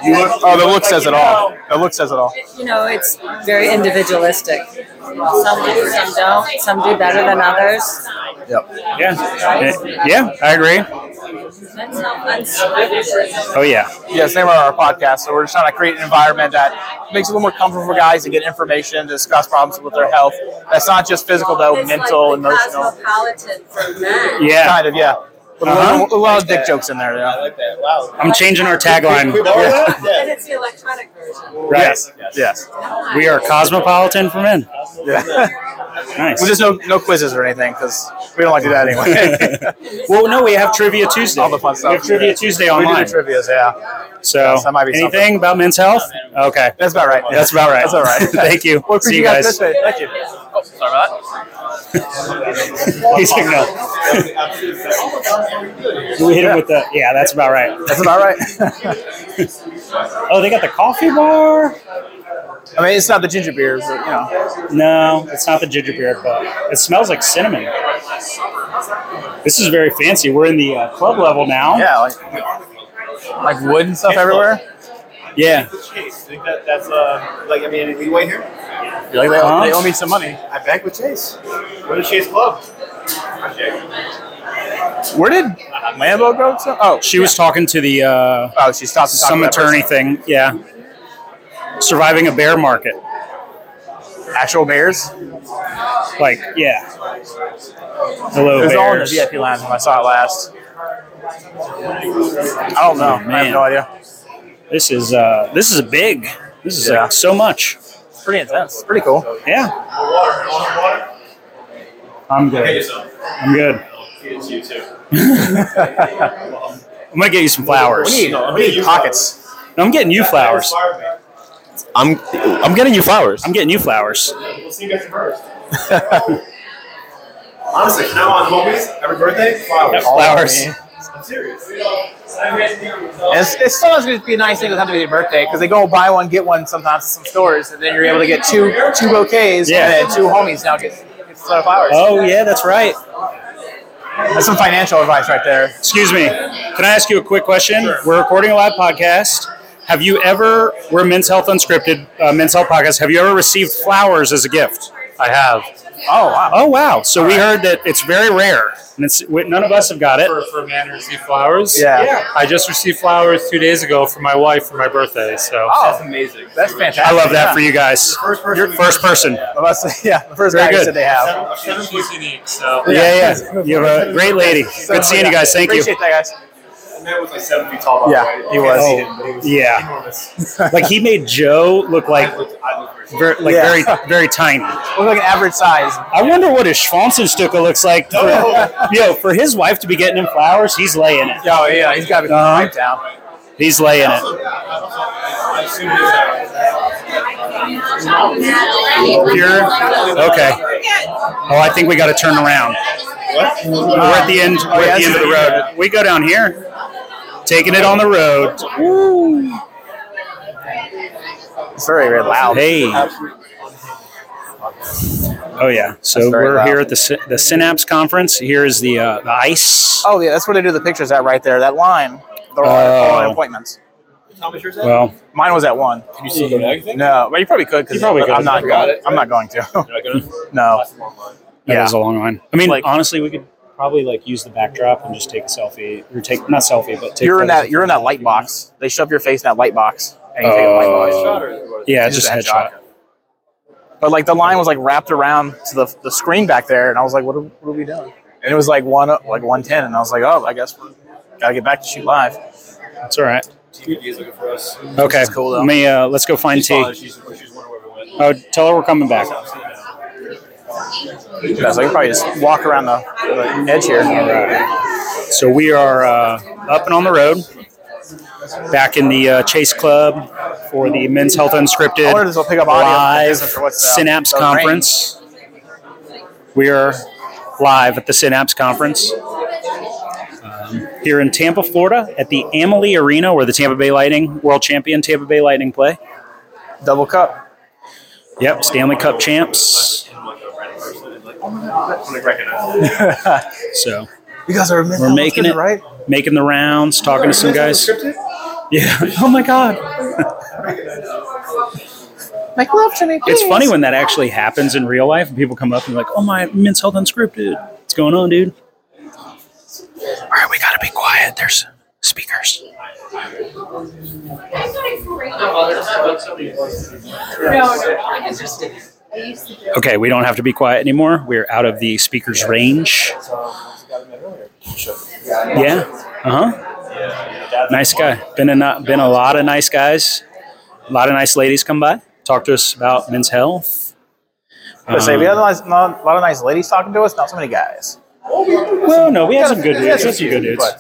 You look, oh, the look says it all. The look says it all.
You know, it's very individualistic. Some do, some don't. Some do better than others.
Oh, Yeah. Eh, Yeah, I agree. Oh yeah.
Yeah, it's the name of our podcast. So we're just trying to create an environment that makes it a little more comfortable for guys to get information, discuss problems with their health. That's not just physical, though, mental, emotional.
Cosmopolitan for men.
Yeah. Uh-huh.
Kind of, yeah. With a little, a little dick jokes in there. Yeah. I like
that. Wow.
I'm changing our tagline.
And it's the electronic version.
Right.
Yes. Yes.
We are cosmopolitan for men. Nice.
Well, just no no quizzes or anything because we don't like to do that anyway.
well, no, we have Trivia Tuesday.
All the fun stuff.
We have Trivia Tuesday online.
We do the trivia's, yeah.
So,
Yes, that might be
anything
something.
about men's health? Okay.
That's about right.
That's about right.
That's all right.
Thank you.
Well,
See you
guys.
guys.
this way. Thank you.
Oh, Sorry about that.
He's like, no. We hit him with the, yeah, that's about right.
That's about right.
oh, they got the coffee bar?
I mean, it's not the ginger beer, but you know.
No, it's not the ginger beer, but it smells like cinnamon. This is very fancy. We're in the uh, club level now.
Yeah, like, like wood and stuff everywhere.
Yeah.
Chase, think that, that's uh, like I mean, any leeway here?
You like, they, owe, they owe me some money.
I back with Chase. Go to Chase Club.
Where did Lambo go to? Oh,
She was talking to the uh,
oh, she stopped and talked
some
to that
attorney
person.
thing. Yeah, surviving a bear market.
Actual bears?
Like yeah. Hello
it was all in the
bears.
VIP lounge when I saw it last. I don't know. I have
Man.
no idea.
This is uh, this is big. This is
Yeah.
like so much.
It's pretty intense. Pretty cool.
Yeah. I'm good. I'm good.
You too.
I'm gonna get you some flowers.
We need, we need pockets.
I'm getting you flowers.
I'm I'm getting you flowers.
I'm getting you flowers.
We'll see you guys first. Honestly, from now on, homies, every birthday, flowers.
Flowers.
I'm serious.
And it's, it's sometimes going to be a nice thing with having to be your birthday because they go buy one get one sometimes at some stores, and then you're able to get two two bouquets
Yeah.
and then two homies now get, get some of flowers.
Oh yeah, that's right.
That's some financial advice right there.
Excuse me. Can I ask you a quick question? We're recording a live podcast. Have you ever, we're Men's Health Unscripted, uh, Men's Health Podcast, have you ever received flowers as a gift?
I have.
Oh wow.
Oh, wow. So we heard that it's very rare, and it's we- none of us have got it.
for, for man to receive flowers.
Yeah. Yeah.
I just received flowers two days ago for my wife for my birthday. So
Oh,
amazing.
that's fantastic.
I love that for you guys. You're first person.
I must say, yeah, the first
Very
guy who
good.
said they have.
she's unique. So
Yeah, yeah. You have a great lady.
So,
Good seeing you guys. Thank you.
Appreciate that, guys.
The man was like seven feet
Oh,
tall. By
Yeah,
the way.
he
You
was.
can't see him, but he was
Yeah.
enormous.
Like he made Joe look like,
I looked, I looked
ver- like
Yeah.
very, very tiny.
Look like an average size.
I wonder what his Schwanzenstucker looks like. For, Yo, for his wife to be getting him flowers, he's laying it.
Oh yeah, he's got to be
Uh-huh.
wiped down.
He's laying
I
it.
assumed he was
Pure. Okay. Oh, I think we got to turn around. We're at the end. We're at the end of the road. We go down here, taking it on the road.
It's very, very loud.
Hey. Oh yeah. So
That's very
we're
loud.
here at the Sy- the Synapse conference. Here is the uh, the ice.
Oh yeah, that's where they do the pictures at right there. That line. They're all
Oh.
all in appointments.
How much yours is?
Well,
Mine was at one.
Can you see anything?
No, well, you probably could because
You probably could.
I'm not
Got
going.
it.
I'm not going to.
You're not gonna?
no.
that is
Yeah.
a long line. I mean,
Like-
honestly, we could probably like use the backdrop and just take a selfie or take not selfie, but take.
You're in
photos.
that. You're in that light box. They shove your face in that light box, and you take a light box.
Oh.
Yeah,
It's
just a
just a
headshot.
But like the line was like wrapped around to the, the screen back there, and I was like, what are, what are we doing? And it was like one like one ten, and I was like, oh, I guess we gotta get back to shoot live.
That's all right.
TV is looking for us. She's
Okay.
It's cool, though.
Let me uh, let's go find T.
following- She's, she's wondering where we went.
Oh, tell her we're coming back.
Yeah, so I could probably just walk around the, the edge here.
So we are uh, up and on the road, back in the uh, Chase Club for the Men's Health
I wonder if
Unscripted
this will pick up audio.
live
for what's, uh,
Synapse
the rain.
conference. We are live at the Synapse conference um, here in Tampa, Florida, at the Amalie Arena, where the Tampa Bay Lightning World Champion Tampa Bay Lightning play.
Double cup.
Yep, Stanley Cup champs. So
You guys are
We're making it.
right?
making the rounds, talking to some guys. Yeah. Oh my god.
Make love to me.
It's
please.
funny when that actually happens in real life and people come up and like, "Oh my, Men's Health Unscripted. What's going on, dude?" All right, we gotta be quiet. There's speakers. Okay, we don't have to be quiet anymore. We're out of the speaker's range.
relationship.
Yeah. Uh huh. Nice guy. Been a not, been a lot of nice guys. A lot of nice ladies come by. Talk to us about men's
I
health.
was gonna say we
Um,
had a lot, not- a lot of nice ladies talking to us, not so many guys.
Well, no, we had some good dudes. We had some good dudes.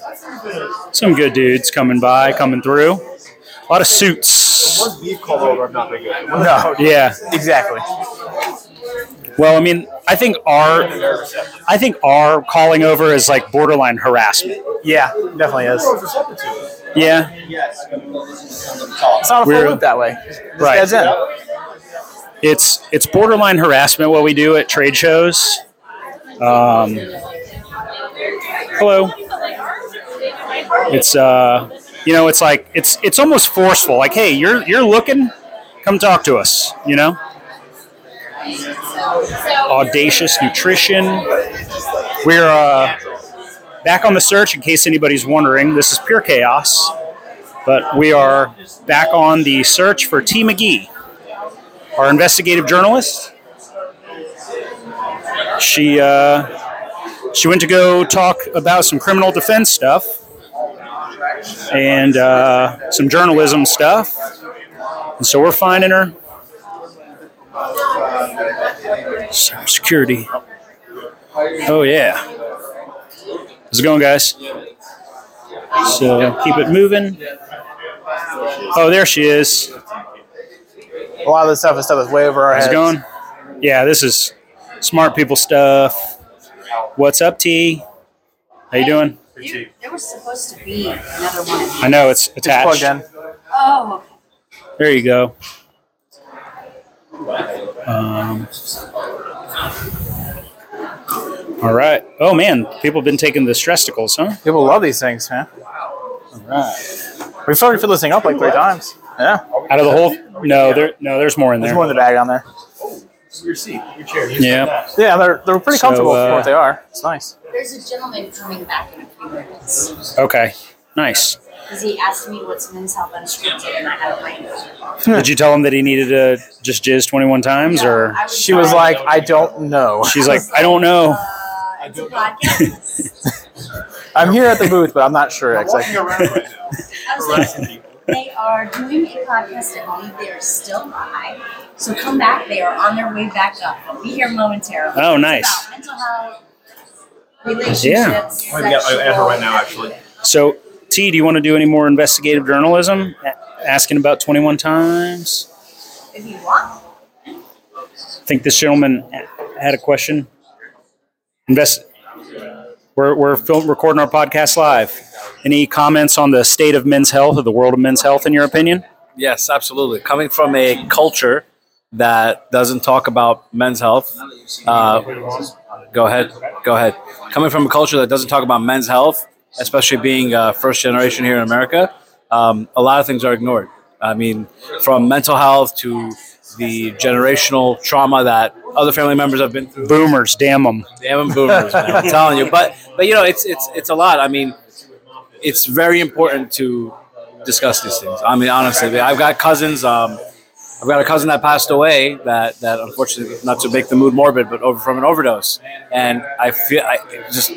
Some good dudes coming by, coming through. A lot of suits.
Once beef called over, I'm not that good.
No. Yeah.
Exactly.
Well, I mean, I think our, I think our calling over is like borderline harassment.
Yeah, definitely is.
Yeah.
It's not a full
We're-
loop that way. This
Right.
guy's in.
It's it's borderline harassment what we do at trade shows. Um, hello. It's uh, you know, it's like it's it's almost forceful. Like, hey, you're you're looking, come talk to us. You know, audacious nutrition. We're uh, back on the search. In case anybody's wondering, this is pure chaos, but we are back on the search for T McGee our investigative journalist. She uh, she went to go talk about some criminal defense stuff and uh, some journalism stuff, and so we're finding her. Cybersecurity. Oh yeah. How's it going, guys? So keep it moving. Oh, there she is.
A lot of this stuff is stuff that's way over our
How's
heads.
it going? Yeah, this is smart people stuff. What's up, T? How you doing?
There was supposed to be another one.
I know it's attached.
Oh,
There you go. Um, all right. Oh man, people have been taking the stressicles, huh?
People love these things, man.
All right.
We've already filled this thing up like three times. Yeah.
Out of the whole? No, there. No, there's more in
There's
there.
more in the bag on there.
Your seat, your chair.
Yeah.
Yeah, they're they're pretty
So,
comfortable for
uh,
what they are. It's nice.
there's a gentleman coming back in a few minutes.
Okay. Nice.
Because he asked me what's men's health unscripted, and I had a brain.
Did you tell him that he needed to just jizz 21 times, or
She was like, I don't know.
she's like, I don't know.
I'm here at the booth, but I'm not sure. Exactly.
They are doing a podcast. I believe they are still live. So come back. They are on their way back up. We'll be here momentarily.
Oh,
It's
nice.
about mental health,
Yeah.
um, relationships.
I got my effort right now, actually.
So, T, do you want to do any more investigative journalism? A- Asking about 21 times?
If you want.
I think this gentleman a- had a question. Invest. We're, we're film, recording our podcast live. Any comments on the state of men's health or the world of men's health, in your opinion?
Yes, absolutely. Coming from a culture that doesn't talk about men's health, uh, go ahead, go ahead. Coming from a culture that doesn't talk about men's health, especially being uh, first generation here in America, um, a lot of things are ignored. I mean, from mental health to the generational trauma that other family members have been through.
Boomers, damn them.
Damn 'em boomers, man. I'm telling you. But but you know, it's it's it's a lot. I mean, it's very important to discuss these things. I mean, honestly, I've got cousins. Um, I've got a cousin that passed away that that unfortunately, not to make the mood morbid, but over from an overdose. And I feel I it just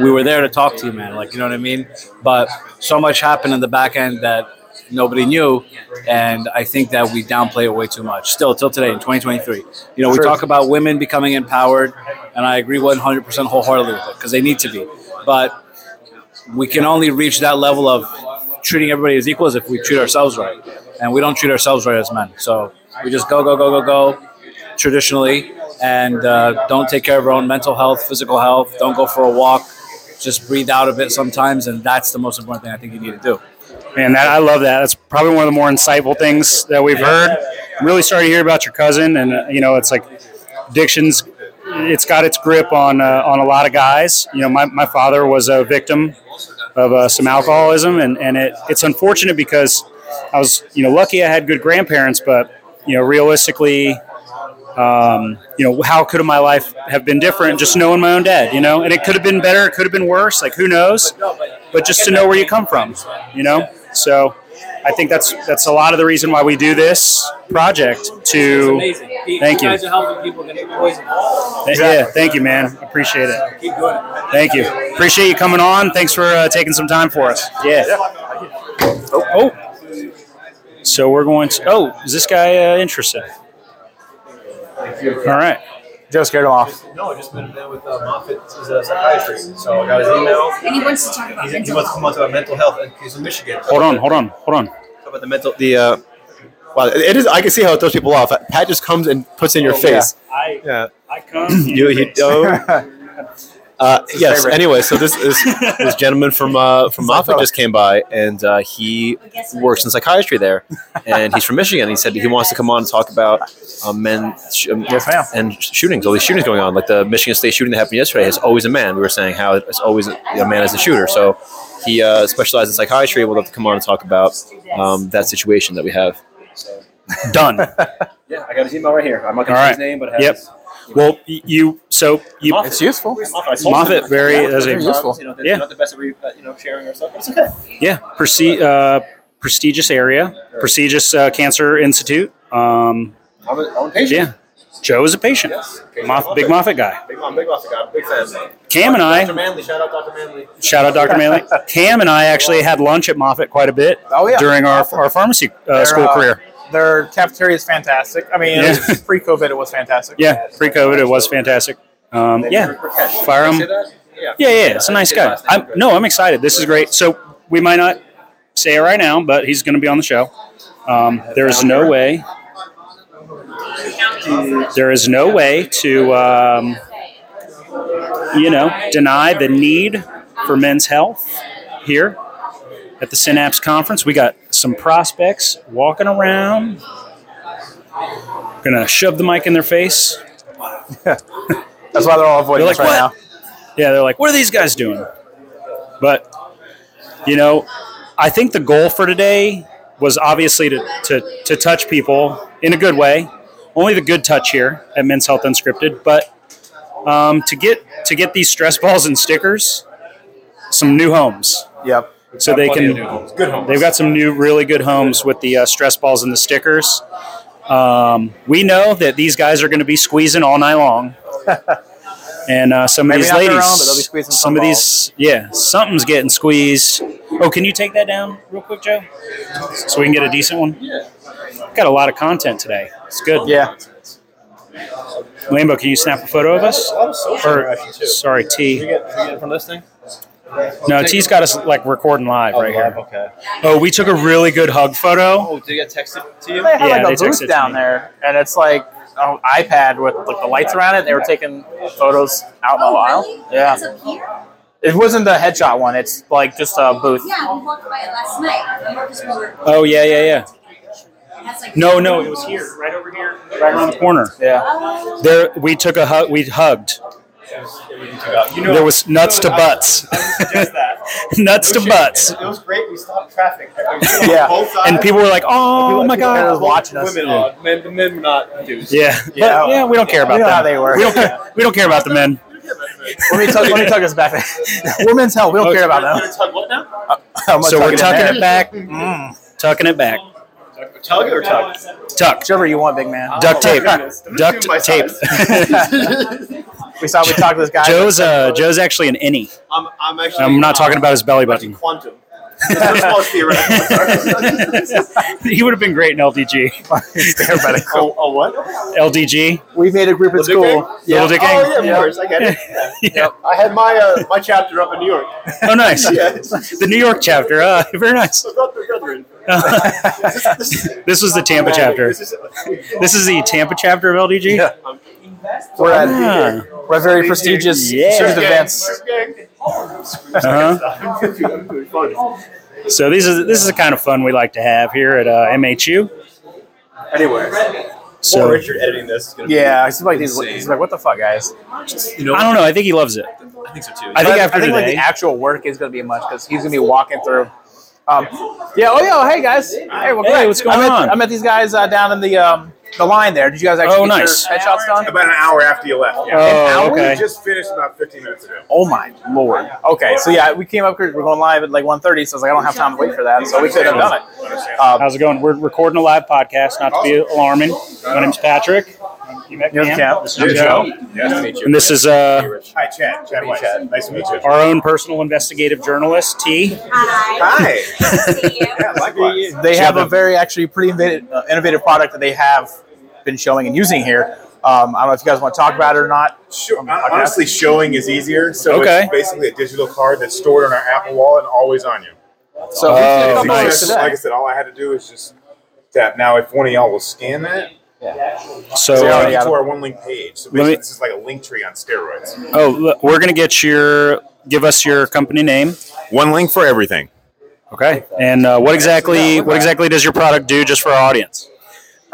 we were there to talk to you, man. Like you know what I mean. But so much happened in the back end that nobody knew, and I think that we downplay it way too much. Still, till today in 2023, you know, we
True.
talk about women becoming empowered, and I agree 100% wholeheartedly with it because they need to be. But we can only reach that level of treating everybody as equals if we treat ourselves right. And we don't treat ourselves right as men. So we just go, go, go, go, go traditionally and uh, don't take care of our own mental health, physical health. Don't go for a walk. Just breathe out of it sometimes. And that's the most important thing I think you need to do.
Man, that, I love that. That's probably one of the more insightful things that we've heard. I'm really sorry to hear about your cousin, and uh, you know, it's like addictions. It's got its grip on uh, on a lot of guys. You know, my, my father was a victim of uh, some alcoholism, and and it it's unfortunate because I was you know lucky I had good grandparents, but you know realistically. Um, you know, how could my life have been different just knowing my own dad, you know? And it could have been better, it could have been worse, like who knows? But just to know where you come from, you know? So I think that's that's a lot of the reason why we do this project. To thank you,
guys are helping people get poisoned.
Th- yeah, thank you, man. Appreciate it.
Keep doing it.
Thank you. Appreciate you coming on. Thanks for uh, taking some time for us. Yeah. Oh, oh. So we're going to. Oh, is this guy uh, interested? All right.
Joe scared him off.
No, I just met a man with uh, Moffitt, who's a psychiatrist. So I got his email.
And he wants to talk about
He's, he
mental
wants to come on to our mental health, and he's in Michigan.
Hold on, hold on, hold on.
Talk about the mental, the
uh, wow, it is. I can see how it throws people off. Pat just comes and puts in your
Oh,
face.
I
yeah.
I come.
You, you oh. Uh, It's his yes. favorite. Anyway, so this this, this gentleman from uh, from Moffitt just came by, and uh, he works in psychiatry there, and he's from Michigan. He said he wants to come on and talk about um, men sh- um, and shootings, all these shootings going on. Like the Michigan State shooting that happened yesterday is always a man. We were saying how it's always a a man as a shooter. So he uh, specializes in psychiatry. We'll have to come on and talk about um, that situation that we have.
Done.
yeah, I got his email right here. I'm not gonna
All
say
right.
his name, but it has
yep. Well, y- you so you.
Moffitt. It's
useful.
Moffitt very as a
You know, yeah.
yeah
not the best at re, uh, you know sharing our stuff. but It's okay.
yeah Presti- uh, prestigious area prestigious uh, cancer institute. Um,
I'm a, I'm a patient.
Yeah, Joe is a patient. Moff, big Moffitt guy.
Big Mom, Big Mom, guy. Big fan.
Cam and I-
Dr. Manley, shout out Dr. Manley.
Shout out Dr. Manley. Cam and I actually had lunch at Moffitt quite a bit
Oh, yeah.
during our, our pharmacy uh,
Their,
school
uh,
career.
Their cafeteria is fantastic. I mean, it was pre-COVID, it was fantastic.
Yeah, pre-COVID, it was fantastic. Um, yeah, fire him. Yeah, yeah, it's a nice guy. I'm, no, I'm excited. This is great. So we might not say it right now, but he's going to be on the show. Um, there is no way. There is no way to, um, you know, deny the need for men's health here at the Synapse Conference. We got some prospects walking around. Gonna shove the mic in their face.
That's why they're all avoiding
They're
us
like,
right
"What?" Yeah, they're like, what are these guys doing? But, you know, I think the goal for today was obviously to, to, to touch people in a good way, only the good touch here at Men's Health Unscripted, but um, to get to get these stress balls and stickers, some new homes.
Yep.
So they can. They've got some new, really good homes with the uh, stress balls and the stickers. Um, we know that these guys are going to be squeezing all night long, and uh, some of
Maybe
these
not their
ladies,
own, but they'll be squeezing
some
some
of these, yeah, something's getting squeezed. Oh, can you take that down real quick, Joe, so we can get a decent one? Yeah. Got a lot of content today. It's good.
Yeah.
Lambo, can you snap a photo of us? uh,
A lot of social interaction, too.
sorry,
Can we
T.
get, can we get it from this thing?
No, T's got us like recording live right here.
Okay.
Oh, we took a really good hug photo.
Oh, did you get texted to
They
you?
had like a booth down there, and it's like an iPad with like the lights around it. They were taking photos out in
Oh,
Oh,
the wild. Yeah. It wasn't the headshot one. It's like just a booth.
Yeah, we walked by it last night. Marcus Miller.
Oh yeah, yeah, yeah.
That's like
No, no, it was here, right over here, right around the corner.
Yeah.
There, we took a hug. We hugged. there was nuts to butts. nuts to butts.
It was great. We stopped traffic.
Yeah. And people were like, "Oh my god!"
Women are. Men, the men were not dudes.
Yeah, but yeah, we don't care about
We know
them.
how they work.
We don't care. We don't care about the men.
let me tug, let me tug this back. Women's health. We don't care about them.
Tug what now?
Oh. So we're tucking it back.
Mm.
Tucking it back.
Tug or tug?
Tuck.
Whichever you want, big man.
Oh,
Duct tape. Duct tape.
we saw we talked to this guy.
Joe's uh, Joe's actually an innie.
I'm, I'm actually.
I'm not talking about his belly button.
Quantum. It's much more theoretical.
he would have been great in LDG.
oh, oh, what?
LDG.
We made a group at
Dick Ring?
school.
Little Dick
Oh,
Ring.
yeah, of course. I get it. Yeah. I had my uh, my chapter up in New York.
Oh, nice.
Yeah.
The New York chapter. Uh, very nice.
About the brethren.
this was the Tampa chapter. This is the Tampa chapter of LDG.
We're at,
Ah.
we're at very prestigious
Yeah.
student events.
Uh-huh.
So these is this is the kind of fun we like to have here at uh, MHU.
Anyway,
So-
so Richard editing this is gonna be
Yeah, it's like these.
insane.
He's like, what the fuck, guys?
I don't know. I think he loves it.
I think so too.
I think after
I think like
today-
the actual work is gonna be much because he's gonna be walking through. Um, yeah. Oh, yeah. Hey, guys. Hey, welcome
Hey,
back.
what's going
I met,
on?
I met these guys uh, down in the um, the line there. Did you guys actually
Oh,
get
nice.
your headshots done?
About an hour after you left. Yeah.
Oh,
An hour?
okay.
We just finished about 15 minutes ago.
Oh my lord. Okay, so yeah, we came up because we're going live at like 1.30, so I was like, I don't have time to wait for that, so we could have done it.
Um,
How's it going? We're recording a live podcast, not to be alarming. My name's Patrick. You met
Yes,
Cam.
Cam.
This
Yes,
is Joe.
Joe. Nice to meet you.
And this is uh,
Hi, Chad. Chad Weiss. Nice to meet you.
our own personal investigative journalist, T.
Hi. yeah, likewise.
They have a very actually pretty innovative, uh, innovative product that they have been showing and using here. Um, I don't know if you guys want to talk about it or not.
Sure. Honestly, showing is easier. So
Okay.
it's basically a digital card that's stored on our Apple Wallet and always on you.
So we took
Oh.
a couple
It's
hours
just-
today.
like I said, all I had to do is just tap. Now, if one of y'all will scan that, yeah.
So,
so
uh,
to our one link page. So
Let me-
basically, this is like a link tree on steroids.
Oh, look, we're gonna get your. Give us your company name.
One link for everything.
Okay. And uh, what exactly? What exactly does your product do, just for our audience?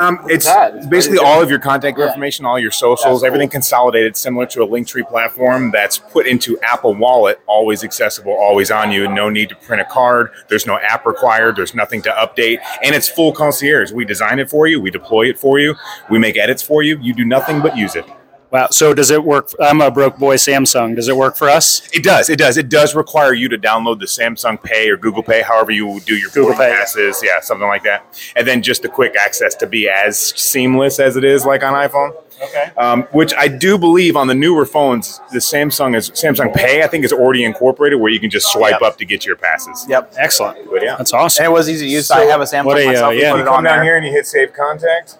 Um, it's basically all of your contact information, all your socials, everything consolidated, similar to a Linktree platform that's put into Apple Wallet, always accessible, always on you. No need to print a card. There's no app required. There's nothing to update, and it's full concierge. We design it for you. We deploy it for you. We make edits for you. You do nothing but use it.
Wow. So does it work? I'm a broke boy, Samsung. Does it work for us?
It does. It does. It does require you to download the Samsung Pay or Google Pay, however you do your Google Pay passes. Yeah, something like that. And then just the quick access to be as seamless as it is like on iPhone. Okay. Um, which I do believe on the newer phones, the Samsung is Samsung Pay. I think is already incorporated where you can just swipe
Yep.
up to get your passes.
Yep.
Excellent.
But yeah,
That's awesome.
And it was easy to use. I have a Samsung
What a, uh,
myself. We
yeah.
put
You
it
come
on
down
there.
here and you hit save contact.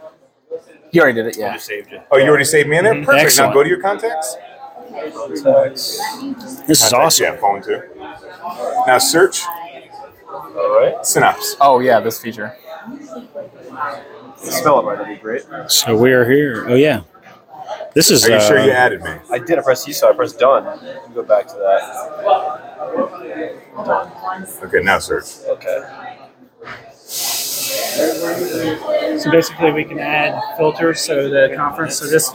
You already did it, yeah.
Oh, you already saved me in
Mm-hmm.
it. Perfect. Now go to your contacts.
This is awesome.
Yeah, phone too. Now search. All right. Synapse.
Oh yeah, this feature. Spell it right, that'd be great.
So we are here. Oh yeah. This is. uh,
me?
I did. I pressed you, so I pressed done. You go back to that.
Okay, now search.
Okay.
So basically, we can add filters. So the conference, so this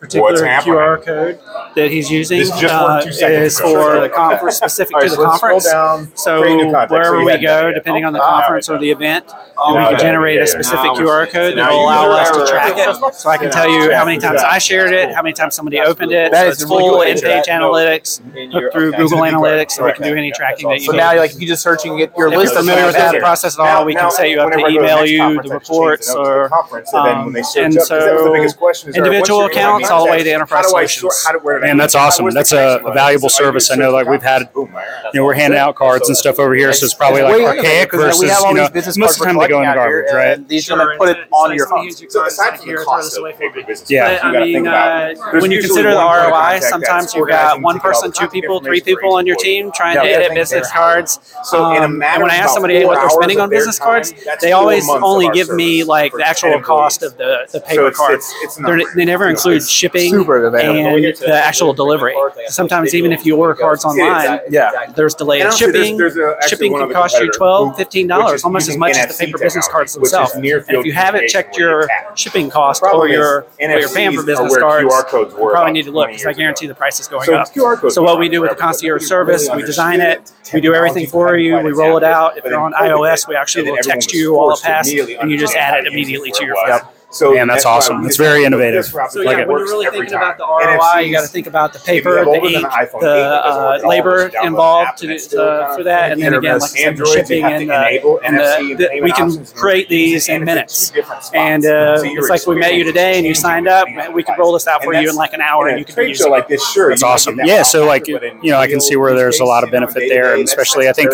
particular
What's happening?
QR code that he's using
This just worked
uh,
two seconds
is
ago.
for the conference specific
All
to
right,
the
so let's scroll
conference.
down,
so
create new context.
wherever
So we
we
had
go,
that.
depending on the
Oh, all
conference or the event,
Oh,
we
yeah,
can generate
yeah,
a
yeah.
specific
Now
QR code
now
that will
you
allow
know.
us to track it. So I can tell you how many times I
Exactly.
shared it, how many times somebody opened it.
That
So
is
it's
a really
full
cool feature.
in-page analytics
your-
hooked through
okay.
Google
To the card.
Analytics, so we
Correct.
can do any tracking that you
So
need.
now, like, you just search and get your
If
list
you're
of
familiar with that
that
process at all, we can set you up to email you the reports
and
or
then when
um,
they search
and
up, 'cause that was the
so
biggest question is, all right, what's
individual
your email
accounts all the way to
contact?
enterprise
How do I
solutions.
sort- how do- where did I
Man, that's
go? How
awesome.
was the
That's a,
connection
a
like?
valuable
So I do
service. I know,
search
like we've had, you know, we're handing out cards and stuff over here, so it's probably like archaic versus, you know, most of the time they go in garbage, right?
These are gonna put it on your phone.
So aside from the cost of big business,
Yeah.
you
But, I
gotta
mean,
think about-
uh,
there's
when you
usually
consider the
one point of
ROI,
contact that's
sometimes
you
you've
guys
got
can
one
take all
person,
the
two people, three
information
people on your
for each
team trying
employee.
to
Yeah,
hit
everything
at business
there.
cards.
So in a
Um,
matter
and when I
of
ask
about
somebody
four
what they're
hours
spending
of
on
their
business
time,
cards,
that's
they
four
always
months of
only
our
give me
service
like
for
the
10
actual
employees.
cost of the, the
So
paper
it's-
card.
it's- it's
They're-
not-
they never include shipping
super available.
and the actual delivery. Sometimes even if you order cards online,
yeah,
there's delayed
And honestly, there's-
shipping.
there's, uh, actually
Shipping
one
can
other
cost you
competitor
$12,
which
$15,
is
almost as
using
much as the
NFC
paper business cards
technology, which is
themselves. And
near
if
field
you haven't checked your shipping cost
Problem
or
is,
your, or your paying for
NFCs are
business
where
cards,
QR codes
you
were
probably
about
need to look because I guarantee the price is going
So
up.
QR codes
So
were
what
out
we do with the concierge service, we design it, we do everything for you, we roll it out. If you're on iOS, we actually will text you all a pass and you just add it immediately to your phone.
So
Man, that's
that's why
awesome.
we
It's
just
very
look at
innovative.
this route
So
Like
yeah,
it.
when you're really
every
thinking
time.
about the ROI,
NFCs
you got to think about the
if
paper,
you
the
have older than
ink,
an iPhone
the
eight, it doesn't work
uh,
at all.
labor
Just download an
involved
app
to,
and it's
do-
still
uh, for that, and then again, like I said, the
Androids, you
shipping
have to
and, uh,
enable
and
NFC
the,
and
the,
payment
we can
options and
create these in minutes. And uh,
So your
it's like we met you today, and you signed up. man, We could roll this out for you in like an hour, and you could be using it.
like this, sure.
That's awesome. Yeah, so like you know, I can see where there's a lot of benefit there, and especially I think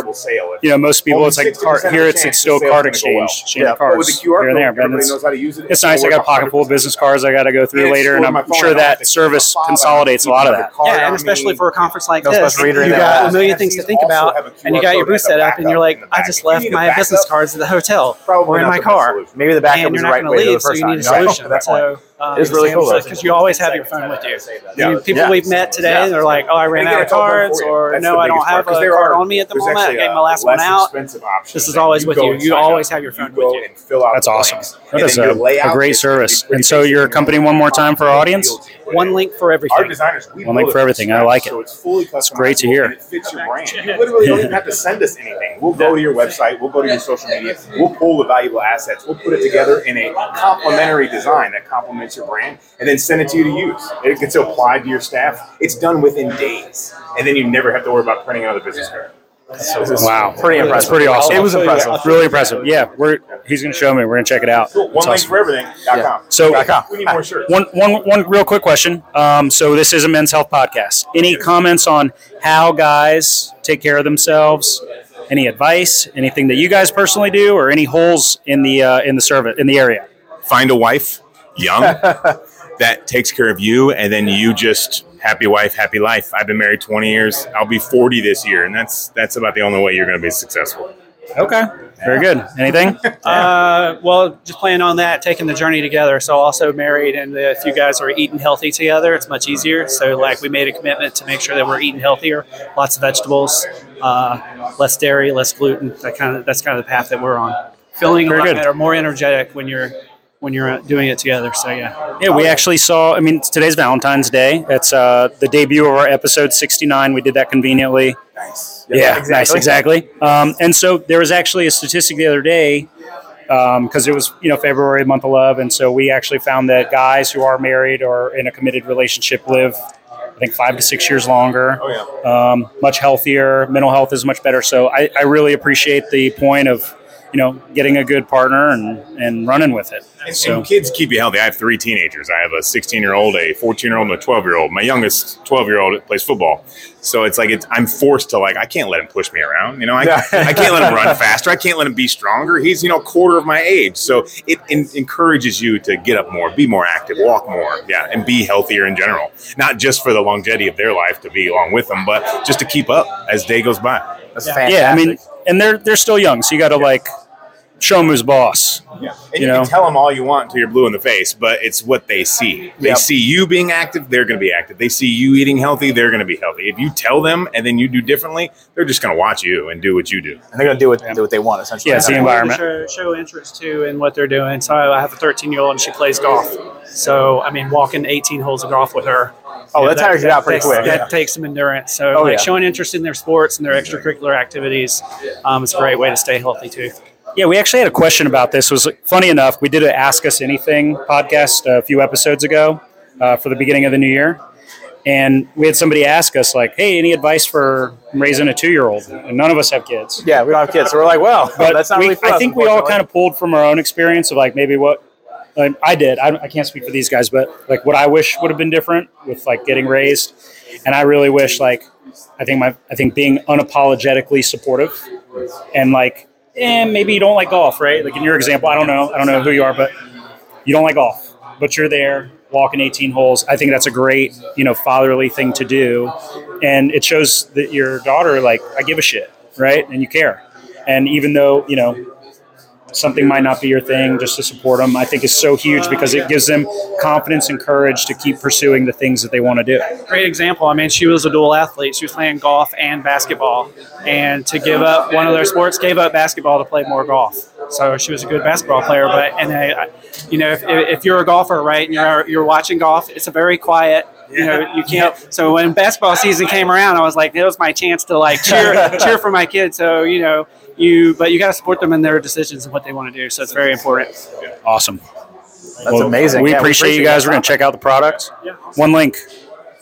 you know most people it's like card, here it's, it's still card exchange, exchange
Yeah, but with
cards
the QR
here and there.
code,
But
everybody
it's,
knows how to use it.
it's nice. I got a pocket full of business cards I got to go through
And it's
later, and
stored on my
I'm
phone. I
sure
don't have
that service consolidates a lot of that.
Yeah, and especially for a conference like
No
this,
special reader in
you
there.
got
Yeah.
a million things to think about, and you got your booth set up, and you're like, I just left my business cards at the hotel or in
not
my
the
car.
Maybe the backup
and
was
you're
the right
not going
way to the
to leave, so
first
you
time.
need a
Right.
solution.
That's
So Um,
It's really cool, though.
Because you always have your phone with you.
Yeah.
I mean, people
Yeah.
we've met today,
Yeah.
they're like, "Oh, I ran
They
out
get
of
a cell phone
cards,"
for you.
or
That's
"No,
the
I don't
biggest part,
have a
'cause there
card
are-
on me at the
there's
moment. I
actually
gave my
a
last one
less
out."
expensive
This is
that
always
you
with
go
you.
and
You
sign
always have your phone with you.
That's awesome.
And
That is
then
a,
your layout
a great
is
service. And so your company one more time for our audience.
One link for everything.
One link for everything. I like it. It's great to hear.
fits your brand. You literally don't even have to send us anything. We'll go to your website. We'll go to your social media. We'll pull the valuable assets. We'll put it together in a complementary design that complements your brand, and then send it to you to use. It gets applied to your staff. It's done within days, and then you never have to worry about printing another business card. So
Wow,
Pretty
That's
impressive.
pretty awesome.
It was impressive.
Really impressive. Yeah, we're he's going to show me. We're going to check it out.
Cool. One
That's
link
awesome.
for everything. Dot com.
So
Dot com. we need more shirts.
One, one, one real quick question. Um, so this is a men's health podcast. Any comments on how guys take care of themselves? Any advice? Anything that you guys personally do, or any holes in the uh, in the service in the area?
Find a wife, young, that takes care of you, and then you just happy wife, happy life. I've been married 20 years. I'll be 40 this year, and that's that's about the only way you're going to be successful.
Okay, very good. Anything?
Uh, well, just planning on that, taking the journey together. So also married, and if you guys are eating healthy together, it's much easier. So like we made a commitment to make sure that we're eating healthier, lots of vegetables, uh, less dairy, less gluten. That kind of that's kind of the path that we're on. Feeling
Very
a lot
good.
better, more energetic when you're when you're uh, doing it together. So yeah,
Yeah, we actually saw. I mean, today's Valentine's Day. It's uh, the debut of our episode 69. We did that conveniently. Nice. Yeah,
Exactly.
nice, exactly. Um, and so there was actually a statistic the other day because it was you know February, month of love, and so we actually found that guys who are married or in a committed relationship live, I think, five to six years longer. Oh yeah. Um, much healthier. Mental health is much better. So I, I really appreciate the point of you know getting a good partner and and running with it.
And,
So
and kids keep you healthy. I have three teenagers. I have a 16 year old, a 14 year old, and a 12 year old. My youngest 12 year old plays football, so it's like it's, I'm forced to like I can't let him push me around. You know, I, I can't let him run faster. I can't let him be stronger. He's you know a quarter of my age, so it en- encourages you to get up more, be more active, walk more, yeah, and be healthier in general. Not just for the longevity of their life to be along with them, but just to keep up as day goes by. That's
Yeah, I mean, and they're they're still young, so you got to like show them who's boss.
Yeah. And
You
you,
know?
can tell them all you want until you're blue in the face, but it's what they see. They
Yep.
see you being active, they're going to be active. They see you eating healthy, they're going to be healthy. If you tell them and then you do differently, they're just going to watch you and do what you do. And
they're going to do what, do what they want, essentially.
I wanted to Show, show interest too in what they're doing. So I have a 13 year old and she plays golf. So I mean, walking 18 holes of golf with her.
Oh,
you know,
that tires you out pretty
takes,
quick.
That
Yeah.
takes some endurance. So
Oh, yeah.
like showing interest in their sports and their extracurricular activities um, is a great way to stay healthy too.
Yeah, we actually had a question about this. It was funny enough, we did an Ask Us Anything podcast a few episodes ago uh, for the beginning of the new year, and we had somebody ask us like, "Hey, any advice for raising a two-year-old?" And none of us have kids.
Yeah, we don't have kids. So we're like, well,
But
that's not
we,
really for
I
us,
think we all
unfortunately.
kind of pulled from our own experience of like maybe what um, I did. I, I can't speak for these guys, but like what I wish would have been different with like getting raised, and I really wish like I think my I think being unapologetically supportive and like eh, maybe you don't like golf, right? Like in your example, I don't know, I don't know who you are, but you don't like golf, but you're there walking 18 holes. I think that's a great you know fatherly thing to do, and it shows that your daughter like I give a shit, right? And you care, and even though you know something might not be your thing, just to support them, I think is so huge because it gives them confidence and courage to keep pursuing the things that they want to do.
Great example. I mean, she was a dual athlete. She was playing golf and basketball, and to give up one of their sports, gave up basketball to play more golf. So she was a good basketball player. But and I, I- you know, if, if you're a golfer, right, and you're you're watching golf, it's a very quiet. You know, you can't. So when basketball season came around, I was like, it was my chance to like cheer cheer for my kids. So you know, you but you got to support them in their decisions and what they want to do. So it's very important.
Awesome.
That's amazing.
We,
Yeah, we
appreciate you
appreciate
guys.
that
We're going to check out the products. One link.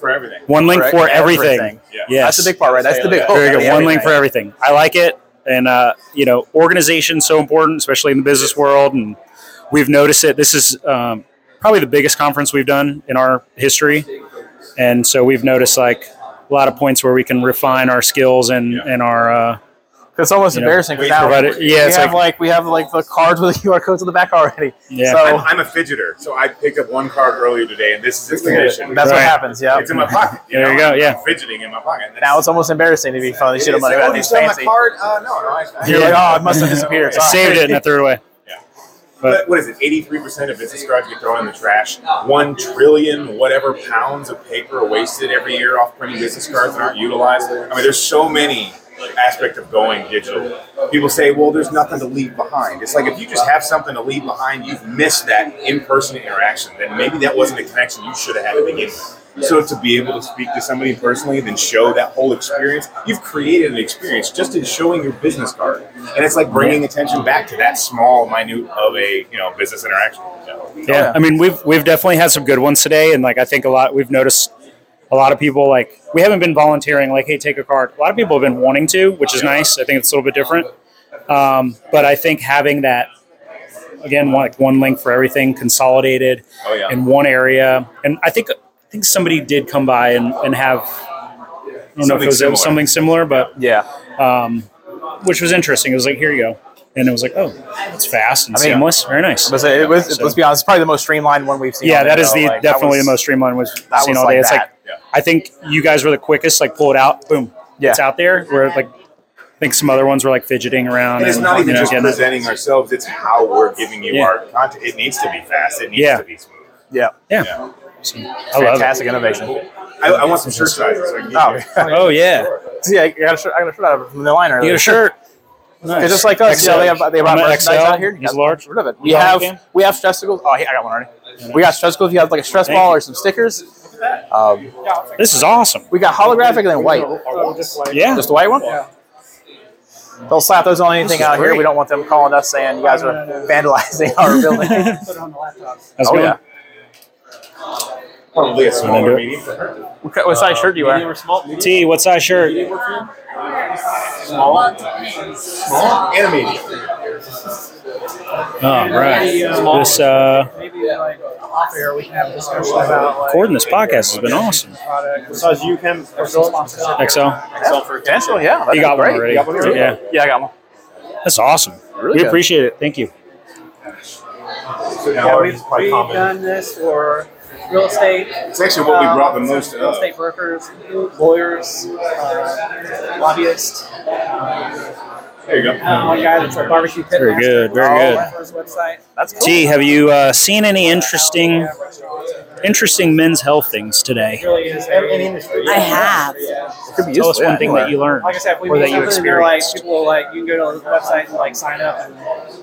For everything.
One link
For
for
everything.
everything.
Yeah.
Yes.
That's the big part, right? That's the big hook.
Very good.
Everything.
One link for everything. I like it. And, uh, you know, organization so important, especially in the business world. And we've noticed it. This is um, probably the biggest conference we've done in our history. And so we've noticed like a lot of points where we can refine our skills and, and our. Uh,
It's almost
you know,
embarrassing because now
provide it- Yeah,
we
it's
have
like,
like, we have like the cards with the QR codes on the back already. So
I'm, I'm a fidgeter, so I picked up one card earlier today, and this is its condition.
That's what happens, yeah.
It's in my pocket.
There you go,
I'm
yeah.
fidgeting in my pocket.
now it's almost embarrassing to be funny shit
It
on
is.
money
Oh,
about
you
these
stole my
fancy. "Oh,
card? Uh, no, no, I-
You're like, oh, it must have disappeared.
I saved it and I threw it away.
But what is it? Eighty-three percent of business cards get thrown in the trash. One trillion whatever pounds of paper are wasted every year off printing business cards that aren't utilized. I mean, there's so many aspect of going digital. People say, "Well, there's nothing to leave behind." It's like if you just have something to leave behind, you've missed that in-person interaction. Then maybe that wasn't a connection you should have had to begin with. So to be able to speak to somebody personally and then show that whole experience, you've created an experience just in showing your business card, and it's like bringing attention back to that small, minute of a you know business interaction. Oh,
yeah. I mean, we've we've definitely had some good ones today, and like I think a lot we've noticed a lot of people like we haven't been volunteering like hey take a card. A lot of people have been wanting to, which is nice. I think it's a little bit different, um, but I think having that again one, like one link for everything consolidated
Oh, yeah.
in one area, and I think I think somebody did come by and, and have I don't know if
Something
it was
similar.
something similar, but
yeah,
um, which was interesting. It was like here you go, and it was like oh it's fast and
I mean,
seamless, very nice.
But it was,
So-
let's be honest, it's probably the most streamlined one we've seen.
yeah,
on
that
there,
is
though.
the
Like, that
definitely
was-
the most streamlined we've
that
seen
was
all
like
day. It's
that.
like I think you guys were the quickest. Like pull it out, boom, it's out there. Where like I think some other ones were like fidgeting around.
And it's not
you
even
know,
just
getting it.
presenting ourselves; it's how we're giving you our content. It needs to be fast. It needs
Yeah.
to be smooth.
Yeah.
Yeah.
I love it.
Fantastic innovation.
I, I want some shirt sizes. so I can get
Oh,
you-
oh yeah.
See, I got a shirt. I got a shirt out of from the line earlier.
You got a shirt?
It's just like us.
XL.
Yeah, they have they have
I'm a
merchandise
XL.
out here.
He's
Yeah,
large.
Rid of it. We
You got one,
have we have stressicles. Oh, here, I got one already. We got stressicles. If you have like a stress ball or some stickers. Um,
this is awesome.
We got holographic and then white.
Yeah,
just the white one. They'll slap those on anything
is
out here.
great.
We don't want them calling us saying you guys are vandalizing our building.
That's
oh
good.
Uh-huh.
yeah.
Probably a
do
smaller
it.
medium.
What, what size shirt do you wear?
T, what size shirt?
Small. Small and a medium.
Oh, right. This uh,
Off air, we can have a discussion about like,
recording this podcast has been awesome.
product.
Besides you, Kim,
XL.
Potential, yeah. that'd be
You got one
great.
already.
You got one already?
Yeah.
yeah, I got one.
That's awesome.
Really
we
good.
appreciate it. Thank you.
Yeah, we've, we've done this for real estate. um,
It's actually what we brought the most
Real
of.
estate brokers, lawyers, uh, lobbyists.
There you go.
Uh, one guy that's a barbecue pit
Very
master.
good, very
Oh,
good.
For his website.
That's
T, have you uh, seen any interesting, interesting men's health things today?
Really is an industry.
I have.
Could be
Tell us one thing that you learned
Like I said, if we
or that
meet
you
something, they're like,
experienced.
people will like, you can go to the website and like sign up. And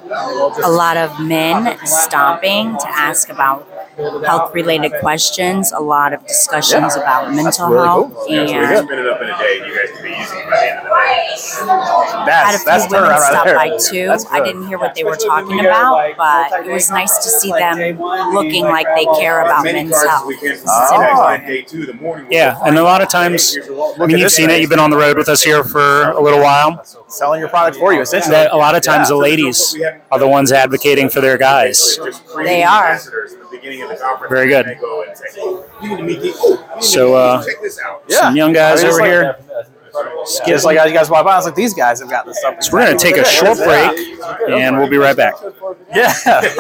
we'll just
a lot of men stopping to ask about health related questions, a lot of discussions about mental health and
spin it up in a day. You guys can be using it by the end of the day.
had a few women stop by too. I didn't hear what they were talking about, but it was nice to see them looking like they care about men's health.
Yeah, and a lot of times, I mean, you've seen it. You've been on the road with us here for a little while.
Selling your product for you, essentially.
That a lot of times, the ladies are the ones advocating for their guys.
They are.
Very good.
"Oh,
So, uh, some young guys
I mean, it's
over
like-
here.
Just like you guys walk by, I was like, these guys have got this stuff.
So we're going to take a short break, and we'll be right back.
Yeah, right.